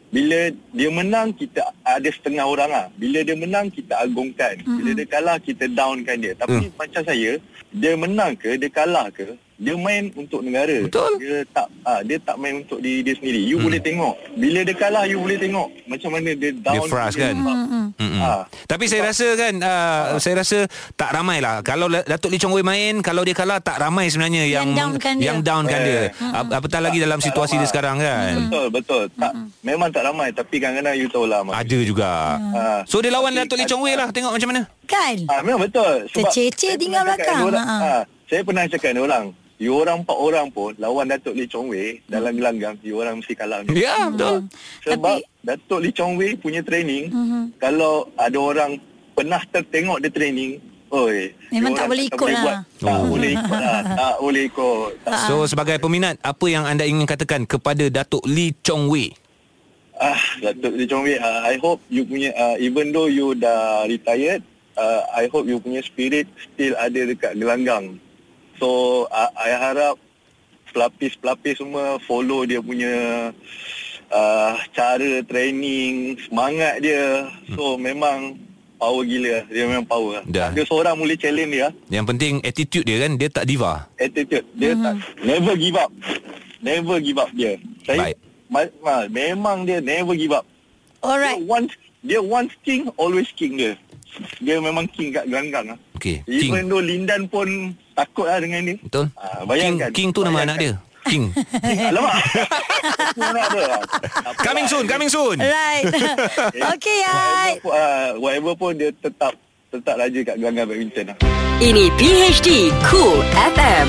[SPEAKER 4] bila dia menang kita ada setengah orang lah bila dia menang kita agungkan bila dia kalah kita downkan dia
[SPEAKER 2] Hmm.
[SPEAKER 4] tapi macam saya dia menang ke dia kalah ke dia main untuk negara
[SPEAKER 2] Betul. Hmm.
[SPEAKER 4] dia tak ah, dia tak main untuk diri dia sendiri you boleh tengok bila dia kalah you boleh tengok macam mana dia down
[SPEAKER 2] frust kan?
[SPEAKER 4] sebab-
[SPEAKER 2] Mm-mm.
[SPEAKER 4] Ah.
[SPEAKER 2] Tapi saya rasa kan uh, Saya rasa Tak ramai lah Kalau La- Datuk Lee Chong Wei main Kalau dia kalah Tak ramai sebenarnya Yang
[SPEAKER 1] Yang downkan dia.
[SPEAKER 2] yang downkan dia
[SPEAKER 4] Eh.
[SPEAKER 2] Ap- Apatah lagi dalam
[SPEAKER 4] Tak
[SPEAKER 2] situasi dia
[SPEAKER 4] ramai.
[SPEAKER 2] sekarang kan
[SPEAKER 4] Betul betul. Tak memang tak ramai tapi kadang-kadang you tahu lah. Mak.
[SPEAKER 2] Ada juga
[SPEAKER 4] Ah.
[SPEAKER 2] So dia lawan
[SPEAKER 4] Tapi
[SPEAKER 2] Datuk Lee Chong Wei lah Tengok macam mana
[SPEAKER 1] Kan?
[SPEAKER 4] Ah, memang betul.
[SPEAKER 1] Terceceh
[SPEAKER 4] saya
[SPEAKER 1] tinggal
[SPEAKER 4] pernah cakap
[SPEAKER 1] belakang,
[SPEAKER 4] dengan Orang,
[SPEAKER 1] ha.
[SPEAKER 4] ha. saya pernah cakap dengan orang, you orang empat orang pun lawan Datuk Lee Chong Wei dalam gelanggang, you orang mesti kalah.
[SPEAKER 2] Ya yeah, betul
[SPEAKER 4] Sebab
[SPEAKER 1] Hmm. Tapi- Hmm.
[SPEAKER 4] Datuk Lee Chong Wei punya training, kalau ada orang pernah tertengok dia training, Oi,
[SPEAKER 1] Memang tak
[SPEAKER 4] orang
[SPEAKER 1] boleh ikut lah. Ah.
[SPEAKER 4] buat. Tak
[SPEAKER 2] Oh.
[SPEAKER 4] boleh ikut lah Tak boleh ikut tak,
[SPEAKER 2] So sebagai peminat apa yang anda ingin katakan kepada Datuk Lee Chong Wei?
[SPEAKER 4] Ah, Datuk Lee Chong Wei uh, I hope you punya uh, Even though you dah retired uh, I hope you punya spirit Still ada dekat gelanggang So uh, I harap Pelapis-pelapis semua Follow dia punya uh, Cara training Semangat dia So memang Power gila Dia memang power
[SPEAKER 2] Hmm. Dah.
[SPEAKER 4] Dia seorang boleh challenge dia
[SPEAKER 2] Yang penting attitude dia kan dia tak diva.
[SPEAKER 4] attitude dia mm-hmm. tak never give up never give up dia saya
[SPEAKER 2] Baik.
[SPEAKER 4] ma- ma- memang dia never give up
[SPEAKER 1] Alright.
[SPEAKER 4] dia once dia once king always king dia dia memang king kat gelanggang lah.
[SPEAKER 2] Okey,
[SPEAKER 4] even
[SPEAKER 2] King.
[SPEAKER 4] though Lindan pun takut lah dengan dia
[SPEAKER 2] Betul?
[SPEAKER 4] Ah,
[SPEAKER 2] King,
[SPEAKER 4] bayangkan
[SPEAKER 2] King tu nama anak dia. King.
[SPEAKER 4] dia alamak Aku nak dia. Apa
[SPEAKER 2] coming
[SPEAKER 4] lah.
[SPEAKER 2] soon, coming soon.
[SPEAKER 1] Right. okay, Hai.
[SPEAKER 4] whatever pun, ah, whatever pun dia tetap tetap raja kat gelanggang badminton lah
[SPEAKER 3] Ini PHD Cool FM.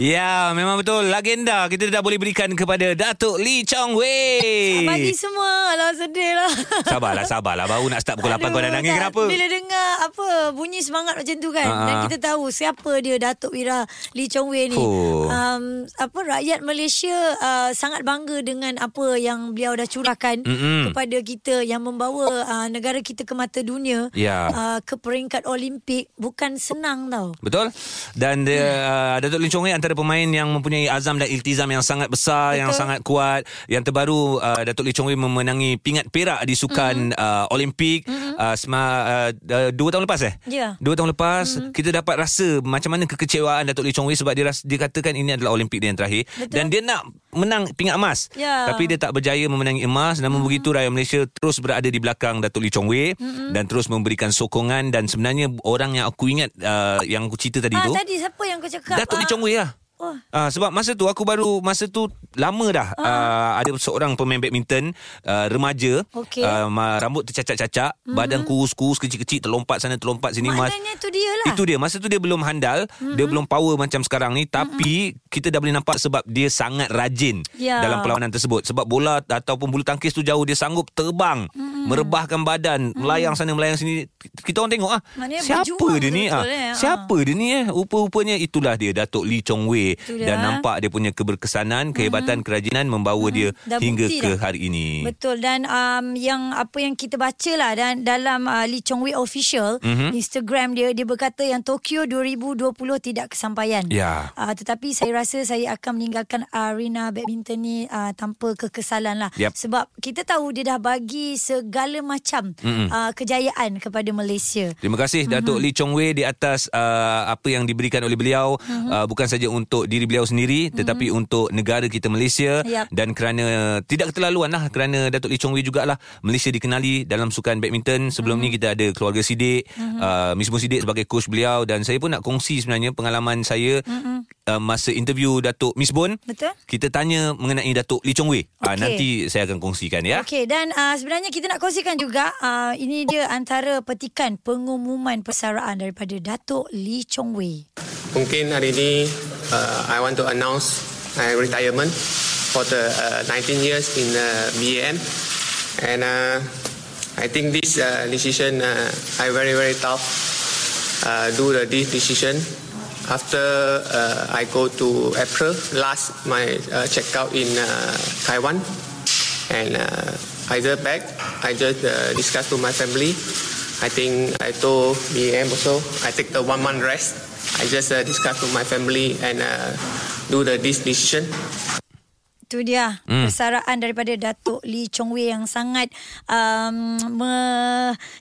[SPEAKER 2] Ya, memang betul. Legenda kita dah boleh berikan kepada Datuk Lee Chong Wei.
[SPEAKER 1] Mati semua. Alah, sedih lah.
[SPEAKER 2] Sabarlah, sabarlah. Baru nak start pukul 8 kau dah nangis
[SPEAKER 1] tak.
[SPEAKER 2] kenapa?
[SPEAKER 1] Bila dengar apa bunyi semangat macam tu kan
[SPEAKER 2] Ah.
[SPEAKER 1] dan kita tahu siapa dia Datuk Wira Lee Chong Wei ni.
[SPEAKER 2] Oh.
[SPEAKER 1] Um apa rakyat Malaysia uh, sangat bangga dengan apa yang beliau dah curahkan
[SPEAKER 2] Mm-mm.
[SPEAKER 1] kepada kita yang membawa uh, negara kita ke mata dunia
[SPEAKER 2] Ya.
[SPEAKER 1] uh, ke peringkat olimpik bukan senang tau.
[SPEAKER 2] Betul? Dan dia uh, Datuk Lee Chong Wei antara pemain yang mempunyai azam dan iltizam yang sangat besar, yang sangat kuat. Yang terbaru uh, Datuk Lee Chong Wei memenangi pingat perak di
[SPEAKER 1] Mhm.
[SPEAKER 2] sukan uh, Olimpik uh, sema, uh, uh, dua tahun lepas eh?
[SPEAKER 1] Ya.
[SPEAKER 2] Dua tahun lepas kita dapat rasa macam mana kekecewaan Datuk Lee Chong Wei sebab dia ras, dia katakan ini adalah Olimpik dia yang terakhir
[SPEAKER 1] Betul.
[SPEAKER 2] dan dia nak menang pingat emas.
[SPEAKER 1] Ya.
[SPEAKER 2] Tapi dia tak berjaya memenangi emas. Namun
[SPEAKER 1] Hmm.
[SPEAKER 2] begitu rakyat Malaysia terus berada di belakang Datuk Lee Chong Wei
[SPEAKER 1] Hmm.
[SPEAKER 2] dan terus memberikan sokongan dan sebenarnya orang yang aku ingat uh, yang aku cerita tadi
[SPEAKER 1] Ah
[SPEAKER 2] tu
[SPEAKER 1] tadi siapa yang kau cakap?
[SPEAKER 2] Datuk Lee
[SPEAKER 1] Ah,
[SPEAKER 2] Chong Wei lah.
[SPEAKER 1] Oh.
[SPEAKER 2] Ah, sebab masa tu aku baru masa tu lama dah ah. uh, ada seorang pemain badminton uh, remaja
[SPEAKER 1] Okey. Hmm.
[SPEAKER 2] uh, ma- rambut tercacat-cacat mm-hmm. badan kurus-kurus kecil-kecil terlompat sana terlompat sini mas
[SPEAKER 1] Maknanya tu dia lah.
[SPEAKER 2] itu dia masa tu dia belum handal
[SPEAKER 1] Mhm.
[SPEAKER 2] mm-hmm. dia belum power macam sekarang ni tapi mm-hmm. kita dah boleh nampak sebab dia sangat rajin
[SPEAKER 1] Ya.
[SPEAKER 2] dalam perlawanan tersebut sebab bola ataupun bulu tangkis tu jauh dia sanggup terbang
[SPEAKER 1] Mhm.
[SPEAKER 2] mm-hmm. merebahkan badan mm-hmm. melayang sana melayang sini kita orang tengok ah
[SPEAKER 1] Maknanya
[SPEAKER 2] siapa
[SPEAKER 1] berjuang
[SPEAKER 2] dia ni ah
[SPEAKER 1] betul-betul, eh. Ah.
[SPEAKER 2] siapa apa dia ni eh rupa-rupanya itulah dia Datuk Lee Chong Wei
[SPEAKER 1] Itulah. Mhm.
[SPEAKER 2] dan nampak dia punya keberkesanan kehebatan mm-hmm. kerajinan membawa mm-hmm. dia
[SPEAKER 1] Dah
[SPEAKER 2] hingga
[SPEAKER 1] bukti
[SPEAKER 2] ke
[SPEAKER 1] dah.
[SPEAKER 2] hari ini
[SPEAKER 1] Betul dan um, yang apa yang kita baca lah dan dalam uh, Lee Chong Wei official
[SPEAKER 2] Mhm.
[SPEAKER 1] mm-hmm. Instagram dia dia berkata yang Tokyo 2020 tidak kesampaian.
[SPEAKER 2] Ya.
[SPEAKER 1] Uh, tetapi saya rasa saya akan meninggalkan arena badminton ni uh, tanpa kekesalan lah.
[SPEAKER 2] Yap.
[SPEAKER 1] Sebab kita tahu dia dah bagi segala macam mm-hmm. uh, kejayaan kepada Malaysia.
[SPEAKER 2] Terima kasih
[SPEAKER 1] Mhm.
[SPEAKER 2] Datuk Lee Chong Wei di atas uh, apa yang diberikan oleh beliau
[SPEAKER 1] Mhm.
[SPEAKER 2] uh, bukan saja untuk diri beliau sendiri tetapi untuk negara kita Malaysia
[SPEAKER 1] Yap.
[SPEAKER 2] dan kerana tidak keterlaluan lah kerana Datuk Lee Chong Wei jugalah Malaysia dikenali dalam sukan badminton sebelum
[SPEAKER 1] Mhm.
[SPEAKER 2] ni kita ada keluarga Sidik uh, Miss Mo Sidik sebagai coach beliau dan saya pun nak kongsi sebenarnya pengalaman saya
[SPEAKER 1] Mhm.
[SPEAKER 2] uh, masa interview Datuk Miss Bon
[SPEAKER 1] Betul.
[SPEAKER 2] kita tanya mengenai Datuk Lee Chong Wei okay.
[SPEAKER 1] Okey.
[SPEAKER 2] nanti saya akan kongsikan ya
[SPEAKER 1] Okey dan uh, sebenarnya kita nak kongsikan juga uh, ini dia antara petikan pengumuman persaraan daripada Datuk Lee Chong Wei.
[SPEAKER 5] Mungkin hari ini uh, I want to announce my retirement for the uh, 19 years in uh, BAM. And uh, I think this uh, decision uh, I very very tough uh, do the this decision after uh, I go to April last my uh, checkout in uh, Taiwan and uh, either back I just uh, discuss to my family. I think I told BAM also I take the one month rest. I just uh, discuss with my family and uh, do the this decision.
[SPEAKER 1] Itu dia hmm. persaraan daripada Datuk Lee Chong Wei yang sangat um,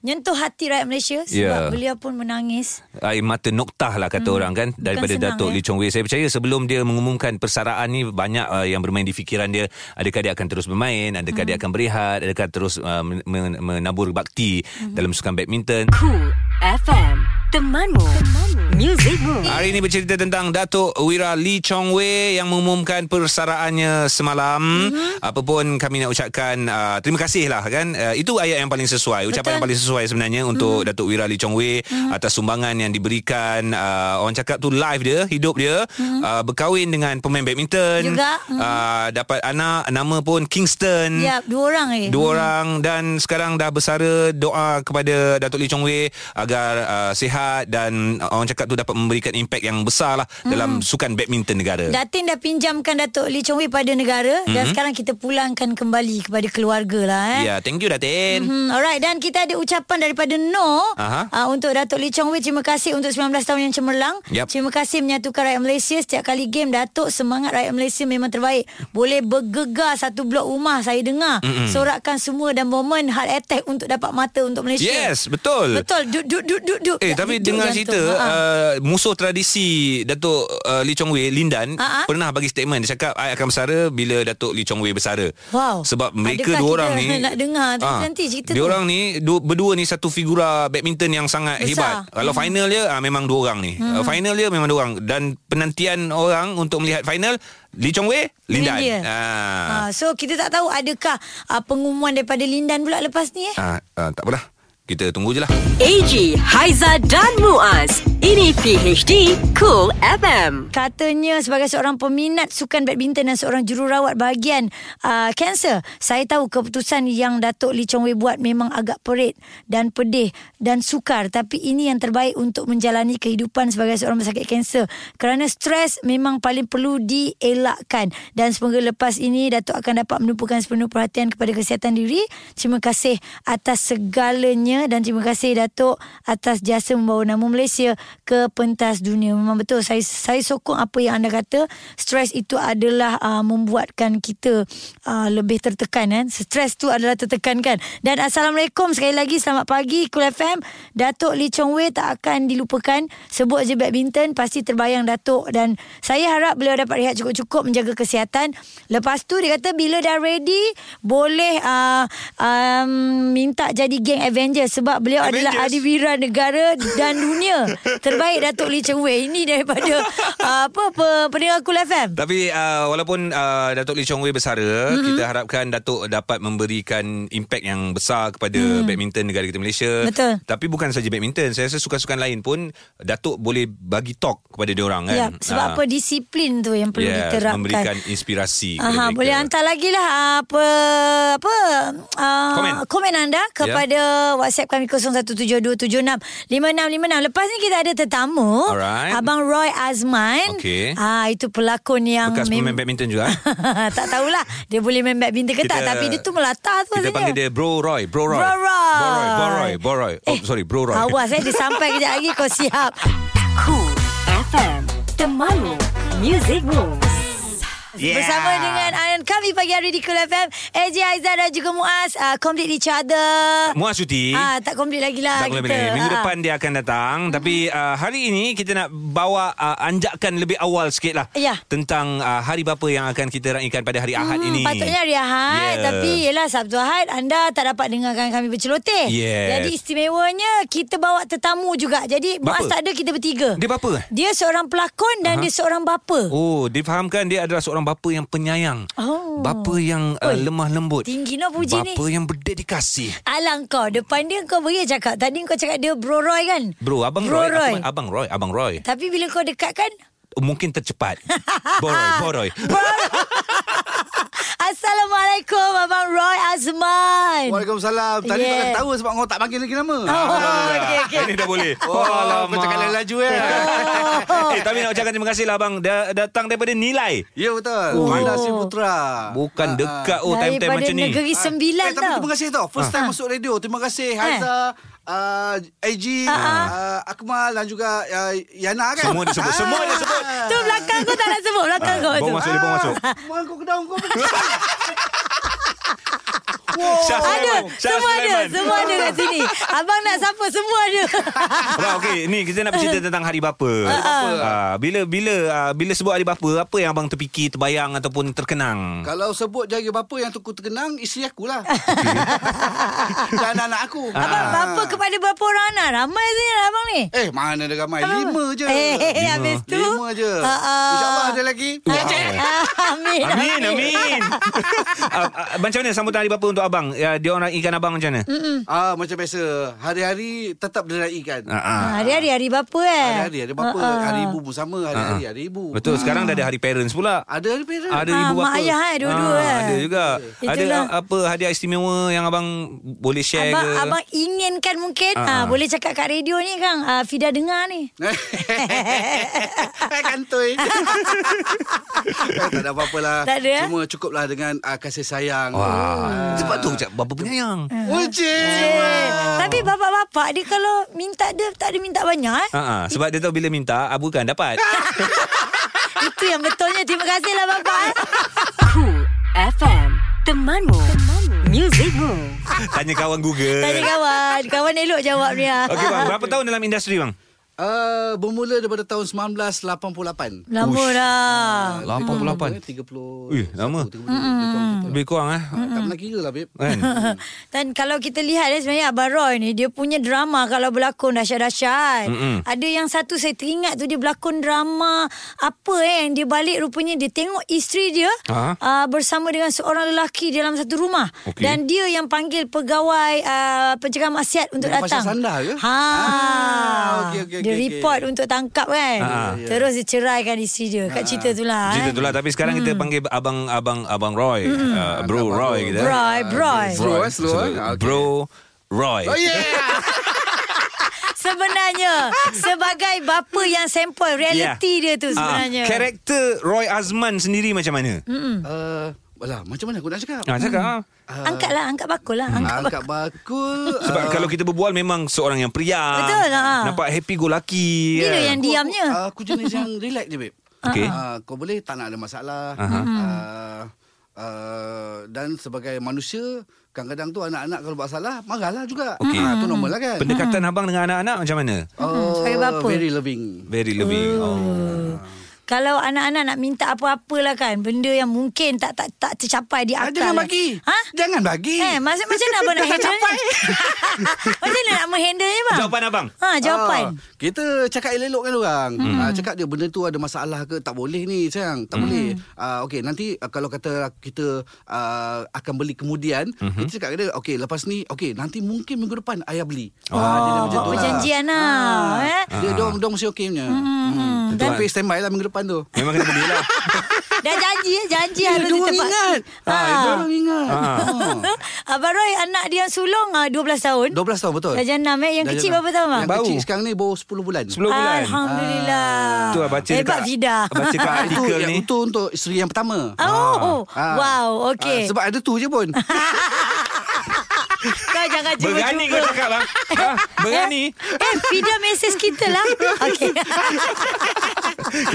[SPEAKER 1] menyentuh hati rakyat Malaysia sebab
[SPEAKER 2] Ya.
[SPEAKER 1] beliau pun menangis.
[SPEAKER 2] air mata noktah lah kata hmm. orang kan daripada
[SPEAKER 1] senang,
[SPEAKER 2] Datuk
[SPEAKER 1] eh.
[SPEAKER 2] Lee Chong Wei. Saya percaya sebelum dia mengumumkan persaraan ni banyak uh, yang bermain di fikiran dia adakah dia akan terus bermain, adakah hmm. dia akan berehat, adakah terus uh, men- men- menabur bakti hmm. dalam sukan badminton.
[SPEAKER 3] Cool FM. Temanmu. Temanmu. Muzikmu.
[SPEAKER 2] Hari ini bercerita tentang Datuk Wira Lee Chong Wei yang mengumumkan persaraannya semalam.
[SPEAKER 1] Mhm.
[SPEAKER 2] Mm-hmm. Apa pun kami nak ucapkan uh, terima kasih lah kan. Uh, itu ayat yang paling sesuai, ucapan
[SPEAKER 1] Betul. Mhm.
[SPEAKER 2] yang paling sesuai sebenarnya untuk Datuk Wira Lee Chong Wei mm-hmm. atas sumbangan yang diberikan. Uh, orang cakap tu live dia, hidup dia, mm-hmm. uh, berkahwin dengan pemain
[SPEAKER 1] Mhm.
[SPEAKER 2] badminton.
[SPEAKER 1] Juga. Mhm.
[SPEAKER 2] Mm-hmm. Uh, dapat anak, nama pun Kingston.
[SPEAKER 1] Ya, dua orang eh.
[SPEAKER 2] Hmm. Dua orang dan sekarang dah bersara doa kepada Datuk Lee Chong Wei agar uh, sihat dan uh, orang cakap tu dapat memberikan impak yang besar lah
[SPEAKER 1] Hmm.
[SPEAKER 2] dalam sukan badminton negara.
[SPEAKER 1] Datin dah pinjamkan Datuk Lee Chong Wei pada negara mm-hmm. dan
[SPEAKER 2] Hmm.
[SPEAKER 1] sekarang kita pulangkan kembali kepada keluarga lah eh.
[SPEAKER 2] Ya, yeah, thank you Datin.
[SPEAKER 1] Hmm, alright dan kita ada ucapan daripada Noh
[SPEAKER 2] Aha.
[SPEAKER 1] uh, untuk Datuk Lee Chong Wei terima kasih untuk 19 tahun yang cemerlang.
[SPEAKER 2] Yap.
[SPEAKER 1] Terima kasih menyatukan rakyat Malaysia setiap kali game Datuk semangat rakyat Malaysia memang terbaik. Boleh bergegar satu blok rumah saya dengar. Mm-mm. Sorakkan semua dan momen heart attack untuk dapat mata untuk Malaysia.
[SPEAKER 2] Yes, betul.
[SPEAKER 1] Betul. Duk duk duk duk duk.
[SPEAKER 2] Eh
[SPEAKER 1] Tak,
[SPEAKER 2] tapi
[SPEAKER 1] duk
[SPEAKER 2] dengar
[SPEAKER 1] jantung.
[SPEAKER 2] cerita
[SPEAKER 1] Ha.
[SPEAKER 2] uh, musuh tradisi Datuk uh, Lee Chong Wei Lindan
[SPEAKER 1] Ha, ha.
[SPEAKER 2] pernah bagi statement dia cakap I akan bersara bila Datuk Lee Chong Wei bersara.
[SPEAKER 1] Wow.
[SPEAKER 2] Sebab
[SPEAKER 1] Adakah
[SPEAKER 2] mereka dua
[SPEAKER 1] kita
[SPEAKER 2] orang ni Ha.
[SPEAKER 1] nak dengar tu nanti cerita
[SPEAKER 2] dia
[SPEAKER 1] tu?
[SPEAKER 2] orang ni dua, berdua ni satu figura badminton yang
[SPEAKER 1] Besar.
[SPEAKER 2] sangat
[SPEAKER 1] Mm-hmm.
[SPEAKER 2] hebat. Kalau hmm. final dia ah, memang dua orang ni. Hmm. Uh, final dia memang dua orang dan penantian orang untuk melihat final Lee Chong Wei
[SPEAKER 1] Dengan
[SPEAKER 2] Lindan.
[SPEAKER 1] dia.
[SPEAKER 2] Ah.
[SPEAKER 1] Ha, so kita tak tahu adakah uh, pengumuman daripada Lindan pula lepas ni eh.
[SPEAKER 2] Ah, ah, tak apalah. Kita tunggu je lah.
[SPEAKER 3] AG, Haiza dan Muaz. Ini PHD Cool FM.
[SPEAKER 1] Katanya sebagai seorang peminat sukan badminton dan seorang jururawat bahagian uh, kanser, saya tahu keputusan yang Datuk Lee Chong Wei buat memang agak perit dan pedih dan sukar tapi ini yang terbaik untuk menjalani kehidupan sebagai seorang pesakit kanser kerana stres memang paling perlu dielakkan dan semoga lepas ini Datuk akan dapat menumpukan sepenuh perhatian kepada kesihatan diri. Terima kasih atas segalanya dan terima kasih Datuk atas jasa membawa nama Malaysia ke pentas dunia. Memang betul saya saya sokong apa yang anda kata. Stres itu adalah uh, membuatkan kita uh, lebih tertekan kan. Stres tu adalah tertekan kan. Dan assalamualaikum sekali lagi selamat pagi Cool FM. Datuk Lee Chong Wei tak akan dilupakan. Sebut je badminton pasti terbayang Datuk dan saya harap beliau dapat rehat cukup-cukup menjaga kesihatan. Lepas tu dia kata bila dah ready boleh uh, um, minta jadi geng Avengers sebab beliau Avengers. adalah
[SPEAKER 2] Avengers.
[SPEAKER 1] adiwira negara dan dunia. Terbaik Datuk Lee Cheng Wei ini daripada uh, apa pe- pendengar Cool FM.
[SPEAKER 2] Tapi uh, walaupun uh, Datuk Lee Chong Wei bersara, mm-hmm. kita harapkan Datuk dapat memberikan impak yang besar kepada mm. badminton negara kita Malaysia.
[SPEAKER 1] Betul.
[SPEAKER 2] Tapi bukan saja badminton, saya rasa sukan-sukan lain pun Datuk boleh bagi talk kepada dia orang kan.
[SPEAKER 1] Ya, sebab
[SPEAKER 2] Ah.
[SPEAKER 1] apa disiplin tu yang perlu
[SPEAKER 2] Yeah,
[SPEAKER 1] diterapkan.
[SPEAKER 2] memberikan inspirasi kepada
[SPEAKER 1] Aha,
[SPEAKER 2] mereka.
[SPEAKER 1] boleh hantar lagi lah apa apa uh,
[SPEAKER 2] Komen. Ya.
[SPEAKER 1] komen anda kepada WhatsApp kami 0172765656. Lepas ni kita ada tetamu
[SPEAKER 2] Alright.
[SPEAKER 1] Abang Roy Azman.
[SPEAKER 2] Okey.
[SPEAKER 1] Ah itu pelakon yang
[SPEAKER 2] Bekas
[SPEAKER 1] mem-
[SPEAKER 2] pemain badminton juga. eh.
[SPEAKER 1] tak tahulah dia boleh main badminton ke tak
[SPEAKER 2] Kita-
[SPEAKER 1] tapi dia tu melata tu
[SPEAKER 2] Kita panggil dia Bro Roy, Bro Roy.
[SPEAKER 1] Bro Roy. Eh,
[SPEAKER 2] Bro Roy, Bro Roy, Bro Roy. Oh, sorry, Bro Roy.
[SPEAKER 1] Awas eh dia sampai kejap lagi kau siap.
[SPEAKER 3] Cool FM. Temanmu. Muzikmu.
[SPEAKER 2] Yeah.
[SPEAKER 1] Bersama dengan Ayan kami pagi hari di Cool FM. AJ Aizah dan juga Muaz. Uh, complete each other.
[SPEAKER 2] Muaz Suti.
[SPEAKER 1] Ah, tak complete lagi lah
[SPEAKER 2] Tak boleh
[SPEAKER 1] kita.
[SPEAKER 2] pilih. Minggu
[SPEAKER 1] Ah.
[SPEAKER 2] depan dia akan datang Tapi uh, hari ini kita nak bawa uh, Anjakkan lebih awal sikit lah
[SPEAKER 1] Ya. Hmm,
[SPEAKER 2] Tentang uh, hari bapa yang akan kita raikan pada hari Ahad ini
[SPEAKER 1] Patutnya hari Ahad
[SPEAKER 2] Ya.
[SPEAKER 1] yeah. Tapi yelah Sabtu Ahad Anda tak dapat dengarkan kami berceloteh
[SPEAKER 2] Yes.
[SPEAKER 1] Jadi istimewanya Kita bawa tetamu juga Jadi
[SPEAKER 2] Bapa?
[SPEAKER 1] Muaz tak ada Kita bertiga
[SPEAKER 2] Dia bapa eh?
[SPEAKER 1] Dia seorang pelakon Dan dia seorang bapa
[SPEAKER 2] Oh, difahamkan dia adalah seorang bapa yang penyayang.
[SPEAKER 1] Oh.
[SPEAKER 2] Bapa yang uh,
[SPEAKER 1] Oi,
[SPEAKER 2] lemah lembut.
[SPEAKER 1] tinggi nak puji
[SPEAKER 2] bapa
[SPEAKER 1] ni.
[SPEAKER 2] Bapa yang berdedikasi.
[SPEAKER 1] Alang kau Depan dia kau beri cakap Tadi kau cakap dia Bro Roy kan
[SPEAKER 2] Bro, Abang
[SPEAKER 1] Bro
[SPEAKER 2] Roy.
[SPEAKER 1] Roy.
[SPEAKER 2] Aku, abang Roy, Abang Roy.
[SPEAKER 1] Tapi bila kau dekat kan
[SPEAKER 2] Mungkin tercepat. Boroy, Boroy.
[SPEAKER 1] Assalamualaikum Abang Roy Azman
[SPEAKER 6] Waalaikumsalam. Tadi
[SPEAKER 1] Yeah.
[SPEAKER 6] yeah. tak tahu sebab kau tak panggil lagi nama.
[SPEAKER 1] Oh, okay, okay.
[SPEAKER 2] Ah, Ini dah boleh.
[SPEAKER 6] Oh, kau cakap lain laju eh.
[SPEAKER 2] Eh, tapi nak ucapkan terima kasih lah abang. Dah datang daripada nilai.
[SPEAKER 6] ya betul.
[SPEAKER 1] Oh.
[SPEAKER 6] Oh. Mandasi Putra.
[SPEAKER 2] Bukan dekat oh time-time
[SPEAKER 1] Daripada
[SPEAKER 2] macam ni.
[SPEAKER 1] negeri sembilan
[SPEAKER 6] eh,
[SPEAKER 1] tau Ah.
[SPEAKER 6] tapi
[SPEAKER 1] Eh.
[SPEAKER 6] terima kasih tau. First time masuk radio. Terima kasih Haiza, uh, AG,
[SPEAKER 1] Ah,
[SPEAKER 6] uh, Akmal dan juga uh, Yana kan. Ah.
[SPEAKER 2] Semua dia sebut, semua dia sebut.
[SPEAKER 1] Tu belakang kau tak nak sebut
[SPEAKER 2] Ah,
[SPEAKER 1] Belakang kau Ah.
[SPEAKER 2] Bawa
[SPEAKER 1] tu
[SPEAKER 2] masuk, dia bawa masuk.
[SPEAKER 6] Buang kau ke daun kau.
[SPEAKER 2] Syah
[SPEAKER 1] Ada
[SPEAKER 2] Sulaiman. Syah
[SPEAKER 1] Semua ada
[SPEAKER 2] Sulaiman.
[SPEAKER 1] Semua ada kat sini Abang nak siapa Semua ada
[SPEAKER 2] Abang, okey, ni kita nak bercerita tentang hari bapa. Ah, bila bila ah, bila sebut hari bapa, apa yang abang terfikir, terbayang ataupun terkenang?
[SPEAKER 6] Kalau sebut jari bapa yang tu terkenang isteri akulah. Dan anak aku.
[SPEAKER 1] Abang
[SPEAKER 6] Ah.
[SPEAKER 1] bapa kepada berapa orang anak Ramai sini lah, abang ni
[SPEAKER 6] Eh, mana ada ramai?
[SPEAKER 1] Abang-
[SPEAKER 6] Lima je.
[SPEAKER 1] Eh habis tu
[SPEAKER 6] Lima je.
[SPEAKER 1] Ah, ah.
[SPEAKER 6] InsyaAllah ada lagi.
[SPEAKER 2] Wah.
[SPEAKER 1] Amin
[SPEAKER 2] Amin, amin. Ah, ah, macam mana sambutan hari bapa untuk abang? Ya, dia orang raikan abang macam mana?
[SPEAKER 1] Hmm.
[SPEAKER 6] Ah, macam biasa. Hari-hari tetap diraikan.
[SPEAKER 2] Ah, ah.
[SPEAKER 1] Ah, Hari-hari hari bapa eh
[SPEAKER 6] Hari-hari ada bapa.
[SPEAKER 1] Ah, ah.
[SPEAKER 6] Hari ibu pun sama. Hari-hari ada ibu.
[SPEAKER 2] Ah, Betul, sekarang dah ada hari parents pula.
[SPEAKER 6] Ada hari parent.
[SPEAKER 2] Ada
[SPEAKER 1] Ah,
[SPEAKER 2] ibu
[SPEAKER 1] mak
[SPEAKER 2] bapa. Ah,
[SPEAKER 1] ayah, eh, dua-dua, eh.
[SPEAKER 2] Ada juga. Ada
[SPEAKER 1] Itulah.
[SPEAKER 2] ah, apa hadiah istimewa yang abang boleh share
[SPEAKER 1] Abang,
[SPEAKER 2] ke?
[SPEAKER 1] abang inginkan mungkin
[SPEAKER 2] Ah, ah.
[SPEAKER 1] ah, Boleh cakap kat radio ni Kang ah, Fida dengar ni
[SPEAKER 6] Hai kantoi Eh, Tak ada apa-apa lah
[SPEAKER 1] Tak ada, eh?
[SPEAKER 6] Cuma cukup lah dengan uh, kasih sayang
[SPEAKER 1] Mm.
[SPEAKER 6] Ah.
[SPEAKER 2] Wah. Sebab tu cakap bapa penyayang.
[SPEAKER 6] Ucik
[SPEAKER 1] Tapi bapak-bapak dia kalau minta dia tak ada minta banyak eh.
[SPEAKER 2] Ah, ah, sebab dia tahu bila minta, abu kan dapat.
[SPEAKER 1] Itu yang betulnya. Terima kasihlah bapak. eh.
[SPEAKER 3] Cool FM Temanmu Muzikmu
[SPEAKER 2] Tanya kawan Google.
[SPEAKER 1] Tanya kawan. Kawan elok jawab dia.
[SPEAKER 2] Okey bang, berapa tahun dalam industri bang?
[SPEAKER 6] uh, Bermula daripada tahun 1988
[SPEAKER 1] Lama dah.
[SPEAKER 2] 88.
[SPEAKER 6] 30
[SPEAKER 2] Ui, Eh, lama.
[SPEAKER 6] 31, 32, 33.
[SPEAKER 2] Lebih kurang eh.
[SPEAKER 6] Tak pernah kira lah babe
[SPEAKER 2] Kan?
[SPEAKER 1] Dan kalau kita lihat eh, sebenarnya Abang Roy ni dia punya drama kalau berlakon dahsyat-dahsyat.
[SPEAKER 2] Mm-mm.
[SPEAKER 1] Ada yang satu saya teringat tu dia berlakon drama apa eh yang dia balik rupanya dia tengok isteri dia
[SPEAKER 2] Ah.
[SPEAKER 1] uh, bersama dengan seorang lelaki dalam satu rumah
[SPEAKER 2] Okey.
[SPEAKER 1] dan dia yang panggil pegawai uh, pencegah maksiat untuk
[SPEAKER 6] Dengan
[SPEAKER 1] datang.
[SPEAKER 6] pasal sandar ke?
[SPEAKER 1] Ha.
[SPEAKER 6] Ah, okey, okey,
[SPEAKER 1] dia
[SPEAKER 6] okey, Ya,
[SPEAKER 1] report untuk tangkap kan.
[SPEAKER 2] Ah.
[SPEAKER 1] Terus dia ceraikan isteri dia.
[SPEAKER 6] Ha,
[SPEAKER 1] Kat cerita tu lah.
[SPEAKER 2] Cerita
[SPEAKER 1] eh. Hmm.
[SPEAKER 2] tu lah Tapi sekarang kita panggil Abang Abang Abang Roy Ah, Bro
[SPEAKER 6] Abang
[SPEAKER 2] Roy
[SPEAKER 6] Roy.
[SPEAKER 2] kita
[SPEAKER 1] Roy, Roy.
[SPEAKER 6] Slow, eh, slow,
[SPEAKER 2] Sorry,
[SPEAKER 6] eh. Ah, okay.
[SPEAKER 2] Bro Roy
[SPEAKER 6] Oh yeah
[SPEAKER 1] Sebenarnya Sebagai bapa yang sempoi Reality yeah. dia tu sebenarnya Hmm.
[SPEAKER 2] Ya. Ah, Karakter Roy Azman sendiri macam mana?
[SPEAKER 6] uh, Alah macam mana aku nak cakap Ah,
[SPEAKER 2] Ah, cakap ah.
[SPEAKER 1] Angkatlah Angkat bakul
[SPEAKER 2] Hmm.
[SPEAKER 1] lah Angkat bakul
[SPEAKER 6] Angkat bakul
[SPEAKER 2] Sebab
[SPEAKER 6] ah,
[SPEAKER 2] kalau kita berbual Memang seorang yang periang
[SPEAKER 1] Betul, ah.
[SPEAKER 2] Nampak happy go lucky
[SPEAKER 1] Bila
[SPEAKER 2] kan?
[SPEAKER 1] yang diamnya
[SPEAKER 6] Aku, aku jenis yang relax je babe.
[SPEAKER 2] Okey.
[SPEAKER 6] Uh, kau boleh tak nak ada masalah.
[SPEAKER 2] Aha.
[SPEAKER 6] Uh, uh, dan sebagai manusia kadang-kadang tu anak-anak kalau buat salah marahlah juga.
[SPEAKER 2] Okey.
[SPEAKER 6] Ah, tu normal lah kan.
[SPEAKER 2] Pendekatan abang dengan anak-anak macam mana?
[SPEAKER 6] Oh,
[SPEAKER 1] Sebagai bapa.
[SPEAKER 6] very loving.
[SPEAKER 2] Very loving
[SPEAKER 1] Hmm.
[SPEAKER 2] oh.
[SPEAKER 1] Kalau anak-anak nak minta apa-apalah kan Benda yang mungkin tak tak tak tercapai di
[SPEAKER 6] Ah,
[SPEAKER 1] akal
[SPEAKER 6] jangan
[SPEAKER 1] lah.
[SPEAKER 6] bagi.
[SPEAKER 1] Ha?
[SPEAKER 6] Jangan bagi.
[SPEAKER 1] Eh, maksud macam mana abang nak handle ni? macam mana nak menghandle ni bang?
[SPEAKER 2] Jawapan abang
[SPEAKER 1] Ha, jawapan.
[SPEAKER 6] Ah, kita cakap elok-elok kan orang. Hmm. Ah, cakap dia benda tu ada masalah ke tak boleh ni sayang.
[SPEAKER 1] Hmm.
[SPEAKER 6] Tak boleh. Ah, okey nanti ah, kalau kata kita ah, akan beli kemudian,
[SPEAKER 1] Hmm.
[SPEAKER 6] kita cakap kat dia okey lepas ni okey nanti mungkin minggu depan ayah beli. Ah,
[SPEAKER 1] Oh, buat perjanjian lah. Eh?
[SPEAKER 6] Dia dong dong mesti okey punya.
[SPEAKER 1] Hmm.
[SPEAKER 2] Dan-
[SPEAKER 6] Tapi standby lah minggu depan tu.
[SPEAKER 2] Memang kena beli lah
[SPEAKER 1] Dah janji eh, janji harus
[SPEAKER 6] dia orang
[SPEAKER 1] ditepati.
[SPEAKER 6] ingat. Ah,
[SPEAKER 1] Ha.
[SPEAKER 6] Dia orang ingat.
[SPEAKER 1] Ah. Abang Roy anak dia yang sulung ah, 12 tahun.
[SPEAKER 6] 12 tahun betul.
[SPEAKER 1] Darjah enam, eh? Yang
[SPEAKER 6] Darjah
[SPEAKER 1] kecil
[SPEAKER 6] enam.
[SPEAKER 1] berapa tahun, bang?
[SPEAKER 6] Yang kecil
[SPEAKER 2] Baru.
[SPEAKER 6] sekarang ni baru 10 bulan.
[SPEAKER 2] 10 bulan
[SPEAKER 1] Alhamdulillah.
[SPEAKER 2] Tu lah baca
[SPEAKER 1] Hebat ya,
[SPEAKER 2] dekat
[SPEAKER 1] Fida.
[SPEAKER 2] Baca kat
[SPEAKER 6] Ah, itu,
[SPEAKER 2] artikel
[SPEAKER 6] yang,
[SPEAKER 2] ni
[SPEAKER 6] itu untuk isteri yang pertama.
[SPEAKER 1] Oh,
[SPEAKER 6] Ah.
[SPEAKER 1] wow,
[SPEAKER 6] Ah,
[SPEAKER 1] okey.
[SPEAKER 6] sebab ada tu je pun.
[SPEAKER 1] Kau jangan cuba
[SPEAKER 2] Berani kau cakap bang ha? Berani
[SPEAKER 1] Eh, Fida mesej kita lah. Okey.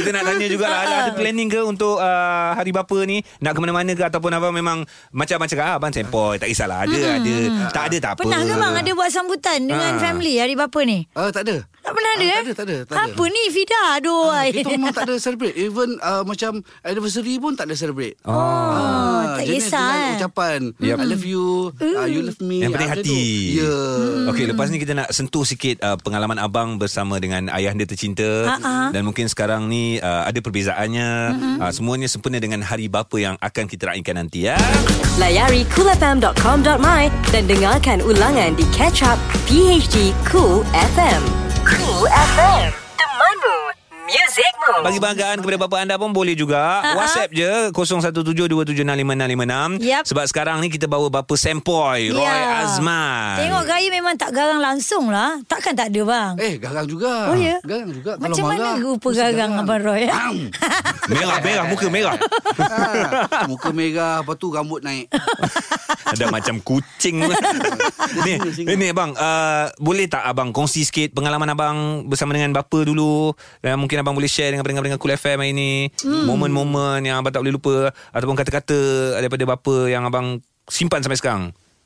[SPEAKER 2] Kita nak tanya juga lah Ada planning ke untuk uh, Hari Bapa ni Nak ke mana-mana ke Ataupun abang memang Macam-macam cakap ah, Abang sempoi Tak kisahlah Ada ada Tak ada tak apa
[SPEAKER 1] Hmm. Pernah ke bang ada buat sambutan dengan
[SPEAKER 2] Ah.
[SPEAKER 1] family hari bapa ni?
[SPEAKER 6] Ah, tak ada.
[SPEAKER 1] Tak pernah ada eh?
[SPEAKER 6] Ah, Tak ada, tak ada. Tak
[SPEAKER 1] Apa
[SPEAKER 6] ada.
[SPEAKER 1] ni Fida? Aduh. eh. ai.
[SPEAKER 6] Kita memang tak ada celebrate. Even uh, macam anniversary pun tak ada celebrate.
[SPEAKER 2] Oh,
[SPEAKER 1] Oh,
[SPEAKER 6] Ah,
[SPEAKER 1] tak
[SPEAKER 6] jenis
[SPEAKER 1] kisah.
[SPEAKER 6] dengan
[SPEAKER 1] eh.
[SPEAKER 6] ucapan
[SPEAKER 2] Yep.
[SPEAKER 6] I love you uh, You love me
[SPEAKER 2] Yang penting
[SPEAKER 6] Ah, macam
[SPEAKER 2] hati.
[SPEAKER 6] tu. Ya
[SPEAKER 1] Hmm.
[SPEAKER 2] Okey, lepas ni kita nak sentuh sikit uh, pengalaman abang bersama dengan ayah dia tercinta
[SPEAKER 1] Ha-ha. Hmm.
[SPEAKER 2] dan mungkin sekarang ni uh, ada perbezaannya. Uh, semuanya sempena dengan hari bapa yang akan kita raikan nanti ya.
[SPEAKER 3] Layari coolfm.com.my Dan dengarkan ulangan di Catch Up PHD Cool FM Cool FM Temanmu Muzikmu
[SPEAKER 2] Bagi banggaan kepada bapa anda pun boleh juga. WhatsApp je 0172765656.
[SPEAKER 1] Yep.
[SPEAKER 2] Sebab sekarang ni kita bawa bapa sempoi Roy
[SPEAKER 1] Ya.
[SPEAKER 2] Azman.
[SPEAKER 1] Tengok
[SPEAKER 6] Ah.
[SPEAKER 1] gaya memang tak garang langsung lah. Takkan tak ada bang?
[SPEAKER 6] Eh garang juga
[SPEAKER 1] Oh, ya?
[SPEAKER 6] Garang juga
[SPEAKER 1] Macam
[SPEAKER 6] Kalau
[SPEAKER 1] mana
[SPEAKER 6] marah,
[SPEAKER 1] rupa
[SPEAKER 6] mesti
[SPEAKER 1] garang Abang Roy? eh?
[SPEAKER 6] Bam!
[SPEAKER 2] Merah merah muka merah.
[SPEAKER 6] Ah, Muka merah Lepas tu rambut naik
[SPEAKER 2] Ada macam kucing Ni
[SPEAKER 6] Singa.
[SPEAKER 2] Ni abang uh, Boleh tak abang Kongsi sikit Pengalaman abang Bersama dengan bapa dulu Dan mungkin abang boleh share Dengan pendengar-pendengar Cool FM hari ni
[SPEAKER 1] Hmm.
[SPEAKER 2] Momen-momen Yang abang tak boleh lupa Ataupun kata-kata Daripada bapa Yang abang Simpan sampai sekarang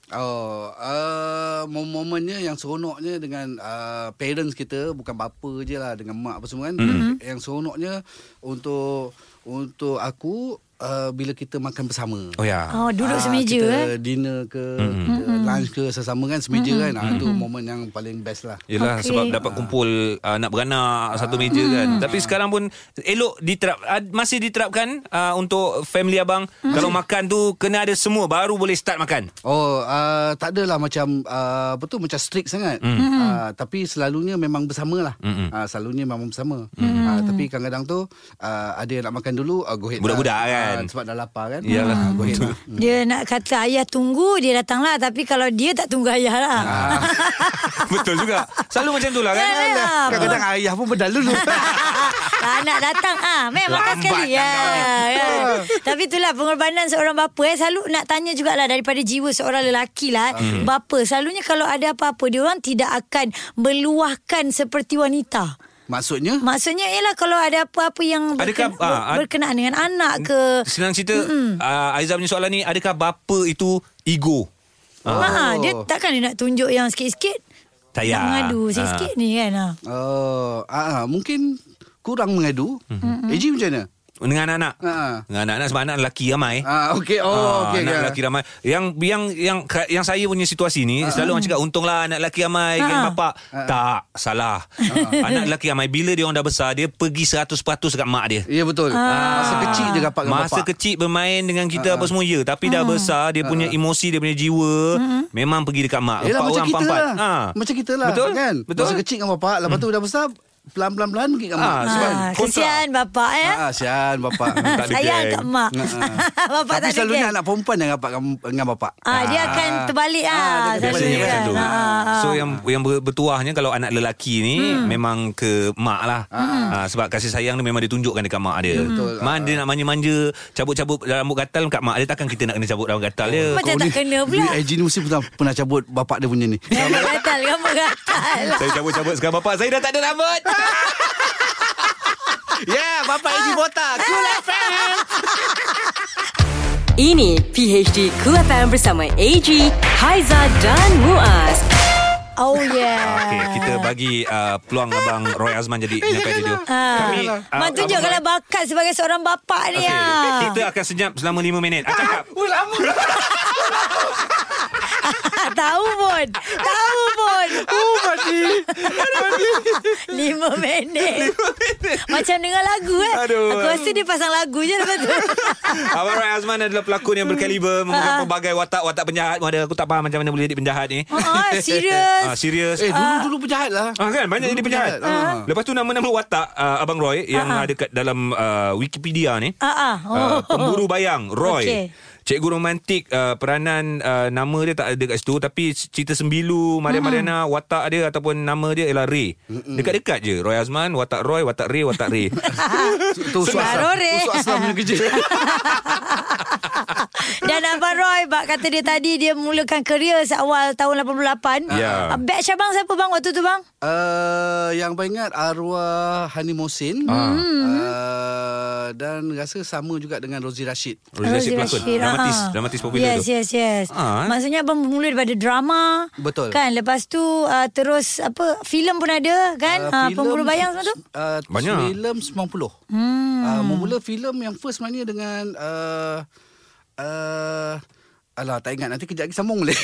[SPEAKER 6] Oh, uh, momennya yang seronoknya dengan uh, parents kita bukan bapa je lah dengan mak apa semua kan.
[SPEAKER 1] Hmm.
[SPEAKER 6] Mm-hmm. Yang seronoknya untuk untuk aku uh, bila kita makan bersama.
[SPEAKER 2] Oh ya.
[SPEAKER 1] Oh, duduk
[SPEAKER 6] Ah,
[SPEAKER 1] semeja
[SPEAKER 6] kita
[SPEAKER 1] eh. Hmm.
[SPEAKER 6] dinner ke, mm-hmm. kita lunch ke sesama kan semeja mm-hmm. kan. Ah tu momen yang paling best lah.
[SPEAKER 1] Okey.
[SPEAKER 2] Yelah okay. sebab dapat kumpul uh, anak beranak satu meja kan. Tapi sekarang pun elok diterap ad, masih diterapkan uh, untuk family abang. Kalau makan tu kena ada semua baru boleh start makan.
[SPEAKER 6] Oh, uh, tak adalah macam uh, apa tu macam strict sangat.
[SPEAKER 2] Hmm.
[SPEAKER 6] Mm. Uh, tapi selalunya memang bersama lah. Mm. Uh, selalunya memang bersama. Mm. Uh, tapi kadang-kadang tu uh, ada yang nak makan dulu, uh, go ahead. lah.
[SPEAKER 2] Budak-budak kan.
[SPEAKER 6] Uh, sebab dah lapar kan.
[SPEAKER 2] Yalah,
[SPEAKER 6] Ah, go ahead.
[SPEAKER 2] betul.
[SPEAKER 6] lah.
[SPEAKER 1] Dia nak kata ayah tunggu Dia datanglah Tapi kalau dia tak tunggu ayah lah
[SPEAKER 6] Ah,
[SPEAKER 2] Betul juga. Selalu macam tu lah kan.
[SPEAKER 1] Yalah.
[SPEAKER 6] Kadang-kadang ayah pun bedal dulu.
[SPEAKER 1] Ah, nak datang ah Memang makan
[SPEAKER 2] Lambat
[SPEAKER 1] sekali ya,
[SPEAKER 2] kan
[SPEAKER 1] kan. Tapi itulah pengorbanan seorang bapa eh Selalu nak tanya jugalah Daripada jiwa seorang lelaki lah
[SPEAKER 2] Ah.
[SPEAKER 1] okay.
[SPEAKER 2] Hmm.
[SPEAKER 1] Bapa Selalunya kalau ada apa-apa Dia orang tidak akan Meluahkan seperti wanita
[SPEAKER 6] Maksudnya?
[SPEAKER 1] Maksudnya ialah kalau ada apa-apa yang
[SPEAKER 2] Adakah-
[SPEAKER 1] berken- ber-
[SPEAKER 2] ah, ad-
[SPEAKER 1] berkenaan dengan anak ke
[SPEAKER 2] Senang cerita uh, Aizah punya soalan ni adakah bapa itu ego? Oh.
[SPEAKER 1] ah. dia takkan dia nak tunjuk yang sikit-sikit Nak
[SPEAKER 2] Tak payah.
[SPEAKER 1] mengadu
[SPEAKER 2] Ah.
[SPEAKER 1] sikit-sikit ni kan ah.
[SPEAKER 6] Oh, uh, mungkin kurang mengadu. Mm-hmm. AG macam mana?
[SPEAKER 2] Dengan anak-anak.
[SPEAKER 6] Ah.
[SPEAKER 2] Dengan anak-anak sebab anak lelaki ramai.
[SPEAKER 6] Ah, okey.
[SPEAKER 2] Ah,
[SPEAKER 6] Oh, okey.
[SPEAKER 2] anak
[SPEAKER 6] okey.
[SPEAKER 2] lelaki ramai. Yang yang yang yang saya punya situasi ni
[SPEAKER 6] Ah.
[SPEAKER 2] selalu orang cakap untunglah anak lelaki ramai geng
[SPEAKER 1] Ah.
[SPEAKER 2] bapak. Tak, salah.
[SPEAKER 6] Ah.
[SPEAKER 2] anak lelaki ramai bila dia orang dah besar dia pergi 100% dekat mak dia.
[SPEAKER 6] Ya betul.
[SPEAKER 2] Ah.
[SPEAKER 6] Masa kecil dia rapat dengan
[SPEAKER 2] Masa
[SPEAKER 6] bapak. Ah.
[SPEAKER 2] kecil bermain dengan kita apa semua ya Tapi dah besar Dia punya emosi Dia punya jiwa Memang pergi dekat mak
[SPEAKER 6] Yelah
[SPEAKER 2] Empat
[SPEAKER 6] Ah. Mm-hmm. macam
[SPEAKER 2] orang
[SPEAKER 6] kita
[SPEAKER 2] empat-empat. Ah.
[SPEAKER 6] lah. Macam kita lah
[SPEAKER 2] Betul
[SPEAKER 6] kan.
[SPEAKER 2] Betul
[SPEAKER 6] Masa kecil dengan bapak, lepas tu dah besar pelan-pelan-pelan pergi dengan
[SPEAKER 2] Ah,
[SPEAKER 6] mak.
[SPEAKER 2] sebab
[SPEAKER 1] Ah,
[SPEAKER 2] kontra.
[SPEAKER 1] kesian bapak eh.
[SPEAKER 6] Ah, sian bapak.
[SPEAKER 2] Tak ada
[SPEAKER 1] Ah, Sayang
[SPEAKER 2] geng. Ah,
[SPEAKER 1] kat mak. bapak
[SPEAKER 6] Tapi
[SPEAKER 1] tak ada
[SPEAKER 6] selalunya
[SPEAKER 1] geng.
[SPEAKER 6] anak perempan yang rapat dengan- dengan bapak.
[SPEAKER 1] Ah, dia akan terbalik ah.
[SPEAKER 6] dia akan
[SPEAKER 2] Biasanya
[SPEAKER 6] Selalunya
[SPEAKER 2] macam
[SPEAKER 6] kan.
[SPEAKER 2] tu
[SPEAKER 1] Ah, ah.
[SPEAKER 2] So yang yang ber- bertuahnya Kalau anak lelaki ni Memang ke mak lah Ah, Sebab kasih sayang ni Memang ditunjukkan dekat mak dia
[SPEAKER 6] betul.
[SPEAKER 2] Mak dia nak manja-manja Cabut-cabut rambut gatal Kat mak dia takkan kita nak kena cabut rambut gatal dia
[SPEAKER 1] Macam tak kena pula. Eh,
[SPEAKER 6] Duit Eji ni mesti pernah, pernah cabut bapak dia punya ni.
[SPEAKER 1] Rambut gatal, rambut gatal.
[SPEAKER 2] Saya cabut-cabut sekarang bapak Saya dah tak ada rambut Yeah, bapak Eji botak Cool eh? FM
[SPEAKER 3] Ini PHD Cool FM bersama AG, Haiza dan Muaz.
[SPEAKER 1] Oh yeah.
[SPEAKER 2] Okay, Ah, kita bagi uh, peluang Abang Roy Azman jadi penyampai radio. Kami... ah,
[SPEAKER 1] Mak tunjuk
[SPEAKER 2] Abang
[SPEAKER 1] kalau
[SPEAKER 2] Roy-
[SPEAKER 1] bakat sebagai seorang bapak ni
[SPEAKER 2] Okey,
[SPEAKER 1] ah.
[SPEAKER 2] Kita akan senyap selama 5 minit. Ah, cakap.
[SPEAKER 1] Ah, Tahu pun. Tahu pun. Oh, mati. Lima minit. Macam dengar lagu eh.
[SPEAKER 2] Aduh.
[SPEAKER 1] Aku rasa dia pasang lagu je lepas tu.
[SPEAKER 2] Abang Roy Azman adalah pelakon yang berkaliber memegang pelbagai watak-watak penjahat. Wadah, aku tak faham macam mana boleh jadi penjahat ni.
[SPEAKER 1] Ah, serius.
[SPEAKER 2] Ah, serius.
[SPEAKER 6] Eh, dulu-dulu penjahat lah.
[SPEAKER 2] Ah kan banyak jadi penjahat.
[SPEAKER 6] penjahat. Ah.
[SPEAKER 2] Lepas tu nama-nama watak uh, abang Roy yang ada kat dalam uh, Wikipedia ni.
[SPEAKER 1] Ah, ah. Oh.
[SPEAKER 2] Uh, pemburu bayang Roy.
[SPEAKER 1] Okey.
[SPEAKER 2] Cikgu romantik uh, peranan uh, nama dia tak ada kat situ tapi cerita sembilu Maria Mariana watak dia ataupun nama dia ialah Ray. Dekat-dekat je Roy Azman watak Roy watak Ray watak Ray.
[SPEAKER 6] Tu usuk
[SPEAKER 1] Senang.
[SPEAKER 6] asam.
[SPEAKER 1] Arore.
[SPEAKER 6] Usuk asam punya kerja.
[SPEAKER 1] Dan Abang Roy Bak kata dia tadi Dia mulakan kerjaya Seawal tahun 88 Ah,
[SPEAKER 2] Ya.
[SPEAKER 1] Batch abang siapa bang Waktu tu bang
[SPEAKER 6] Uh, yang paling ingat arwah Hani Mohsin
[SPEAKER 1] Hmm.
[SPEAKER 6] uh, dan rasa sama juga dengan Rozi Rashid.
[SPEAKER 2] Rosie Rashid pelakon.
[SPEAKER 1] Rashid,
[SPEAKER 2] Dramatis,
[SPEAKER 1] ah.
[SPEAKER 2] dramatis popular
[SPEAKER 1] yes,
[SPEAKER 2] tu.
[SPEAKER 1] Yes, yes,
[SPEAKER 2] Ah, eh.
[SPEAKER 1] Maksudnya abang bermula daripada drama.
[SPEAKER 6] Betul.
[SPEAKER 1] Kan, lepas tu uh, terus apa filem pun ada kan? Uh,
[SPEAKER 6] filem
[SPEAKER 1] pemburu bayang semua tu.
[SPEAKER 6] Uh,
[SPEAKER 2] Banyak.
[SPEAKER 6] Filem 90. Hmm. Uh, memula filem yang first sebenarnya dengan uh, uh, Alah tak ingat nanti kejap lagi sambung boleh.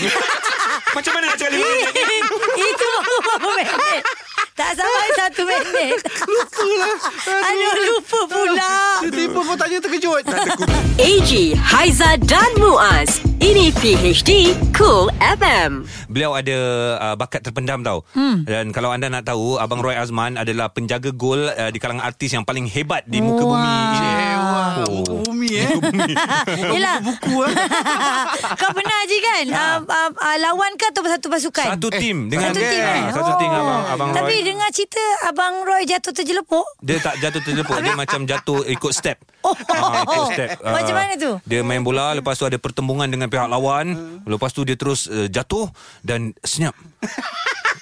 [SPEAKER 2] Macam mana nak cakap lima minit?
[SPEAKER 1] Itu baru berapa minit. Tak sampai satu minit. Lupa lah. Aduh, lupa pula.
[SPEAKER 6] Tiba-tiba pun tanya terkejut. Tak terkejut.
[SPEAKER 3] AG, Haiza dan Muaz. Ini PHD Cool FM.
[SPEAKER 2] Beliau ada uh, bakat terpendam tau. Hmm. Dan kalau anda nak tahu, Abang Roy Azman adalah penjaga gol uh, di kalangan artis yang paling hebat di muka bumi.
[SPEAKER 6] Ewa,
[SPEAKER 2] Oh.
[SPEAKER 6] muka bumi eh.
[SPEAKER 1] Yelah.
[SPEAKER 6] Buku eh.
[SPEAKER 1] Kau pernah je kan? Uh, uh, uh, lawan ke atau satu pasukan?
[SPEAKER 2] Ya. Satu tim dengan
[SPEAKER 1] Satu tim eh?
[SPEAKER 2] Ah, satu tim
[SPEAKER 1] Oh.
[SPEAKER 2] abang abang
[SPEAKER 1] Tapi
[SPEAKER 2] Roy.
[SPEAKER 1] dengar cerita Abang Roy jatuh terjelepuk
[SPEAKER 2] Dia tak jatuh terlepuk Dia macam jatuh ikut step
[SPEAKER 1] Oh.
[SPEAKER 2] Ah, ikut step. Ah,
[SPEAKER 1] Macam mana tu?
[SPEAKER 2] Dia main bola Lepas tu ada pertembungan Dengan pihak lawan Lepas tu dia terus uh, Jatuh Dan senyap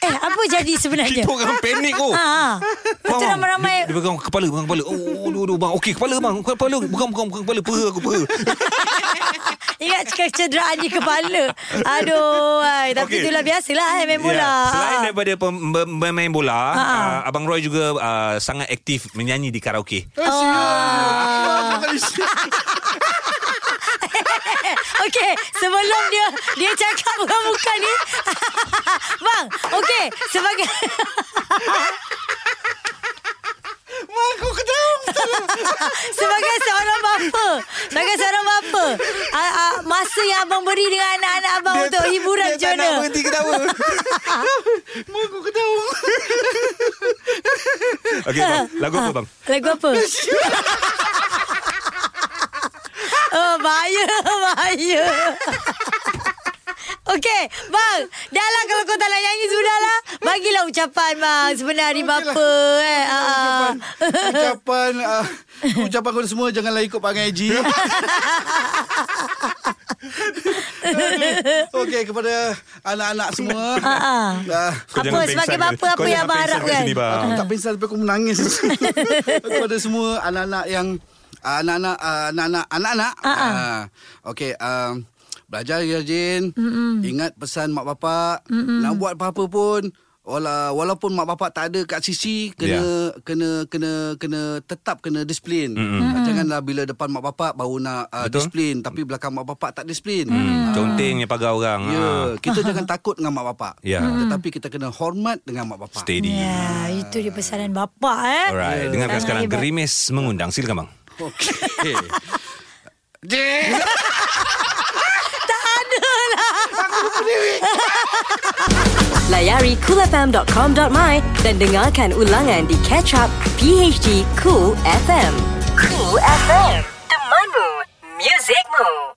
[SPEAKER 1] Eh apa jadi sebenarnya
[SPEAKER 2] Kita orang panik oh
[SPEAKER 1] Ha, ha. Lepas tu
[SPEAKER 2] Faham?
[SPEAKER 1] ramai-ramai
[SPEAKER 2] Dia, dia pegang kepala Pegang kepala Oh, oh, oh, aduh aduh bang. Okey kepala bang. Bukan kepala bukan bukan, bukan kepala pera aku pera.
[SPEAKER 1] Ah, Ingat cakap cederaan di kepala. Aduh, ai. tapi
[SPEAKER 2] Okey.
[SPEAKER 1] okay. itulah biasalah eh, main bola.
[SPEAKER 2] Ya. Selain
[SPEAKER 1] Ah.
[SPEAKER 2] daripada pem- pem- pemain bola,
[SPEAKER 1] Ha.
[SPEAKER 2] uh, abang Roy juga uh, sangat aktif menyanyi di karaoke.
[SPEAKER 1] Ah. Okey, sebelum dia dia cakap bukan-bukan ni. Bang, okey, sebagai sebagai seorang bapa, sebagai seorang bapa, ah, ah, masa yang abang beri dengan anak-anak abang dia untuk hiburan
[SPEAKER 2] dia
[SPEAKER 1] macam
[SPEAKER 2] tak
[SPEAKER 1] mana?
[SPEAKER 2] nak berhenti ketawa.
[SPEAKER 6] Mak aku ketawa.
[SPEAKER 2] Okey bang, lagu apa bang?
[SPEAKER 1] Lagu apa? oh, bahaya, bahaya. Okey, bang. Dah lah kalau kau tak nak nyanyi sudahlah. Bagilah ucapan bang sebenarnya hari bapa eh. Ah, ah.
[SPEAKER 6] Ucapan uh, Ucapan korang semua Janganlah ikut Pak Haji Okey kepada Anak-anak semua
[SPEAKER 1] Ah, ah.
[SPEAKER 6] uh,
[SPEAKER 2] Kau
[SPEAKER 1] Apa,
[SPEAKER 2] jangan
[SPEAKER 1] sebagai
[SPEAKER 2] pengsan.
[SPEAKER 1] bapa, apa
[SPEAKER 2] Kau
[SPEAKER 1] yang
[SPEAKER 2] jangan
[SPEAKER 1] abang
[SPEAKER 2] pengsan kat
[SPEAKER 1] harapkan?
[SPEAKER 2] Sini, bang.
[SPEAKER 6] Aku tak pingsan sampai aku menangis Kepada semua anak-anak yang ah, Anak-anak ah, Anak-anak Anak-anak
[SPEAKER 1] Ah, ah.
[SPEAKER 6] Ah, Okey um, Belajar ya Jin Ingat pesan mak bapak Nak buat apa-apa pun wala- Walaupun mak bapak tak ada kat sisi
[SPEAKER 2] Ya.
[SPEAKER 6] Kena kena kena kena Tetap kena disiplin Ah, Janganlah bila depan mak bapak Baru nak ah,
[SPEAKER 2] Betul.
[SPEAKER 6] disiplin Tapi belakang mak bapak tak disiplin
[SPEAKER 2] Hmm,
[SPEAKER 6] Ah,
[SPEAKER 2] contengnya pagar orang.
[SPEAKER 6] Ya,
[SPEAKER 2] Ah,
[SPEAKER 6] kita jangan takut dengan mak bapak.
[SPEAKER 2] Ya.
[SPEAKER 6] Tetapi kita kena hormat dengan mak bapak.
[SPEAKER 2] Steady.
[SPEAKER 1] Ya, itu dia pesanan bapa eh.
[SPEAKER 2] Alright, dengarkan
[SPEAKER 1] Sangat
[SPEAKER 2] sekarang
[SPEAKER 1] hebat.
[SPEAKER 2] Gerimis mengundang. Silakan bang.
[SPEAKER 6] Okey. Dia.
[SPEAKER 3] Layari coolfm.com.my dan dengarkan ulangan di Catch Up PHD Cool FM. Cool FM, temanmu, muzikmu.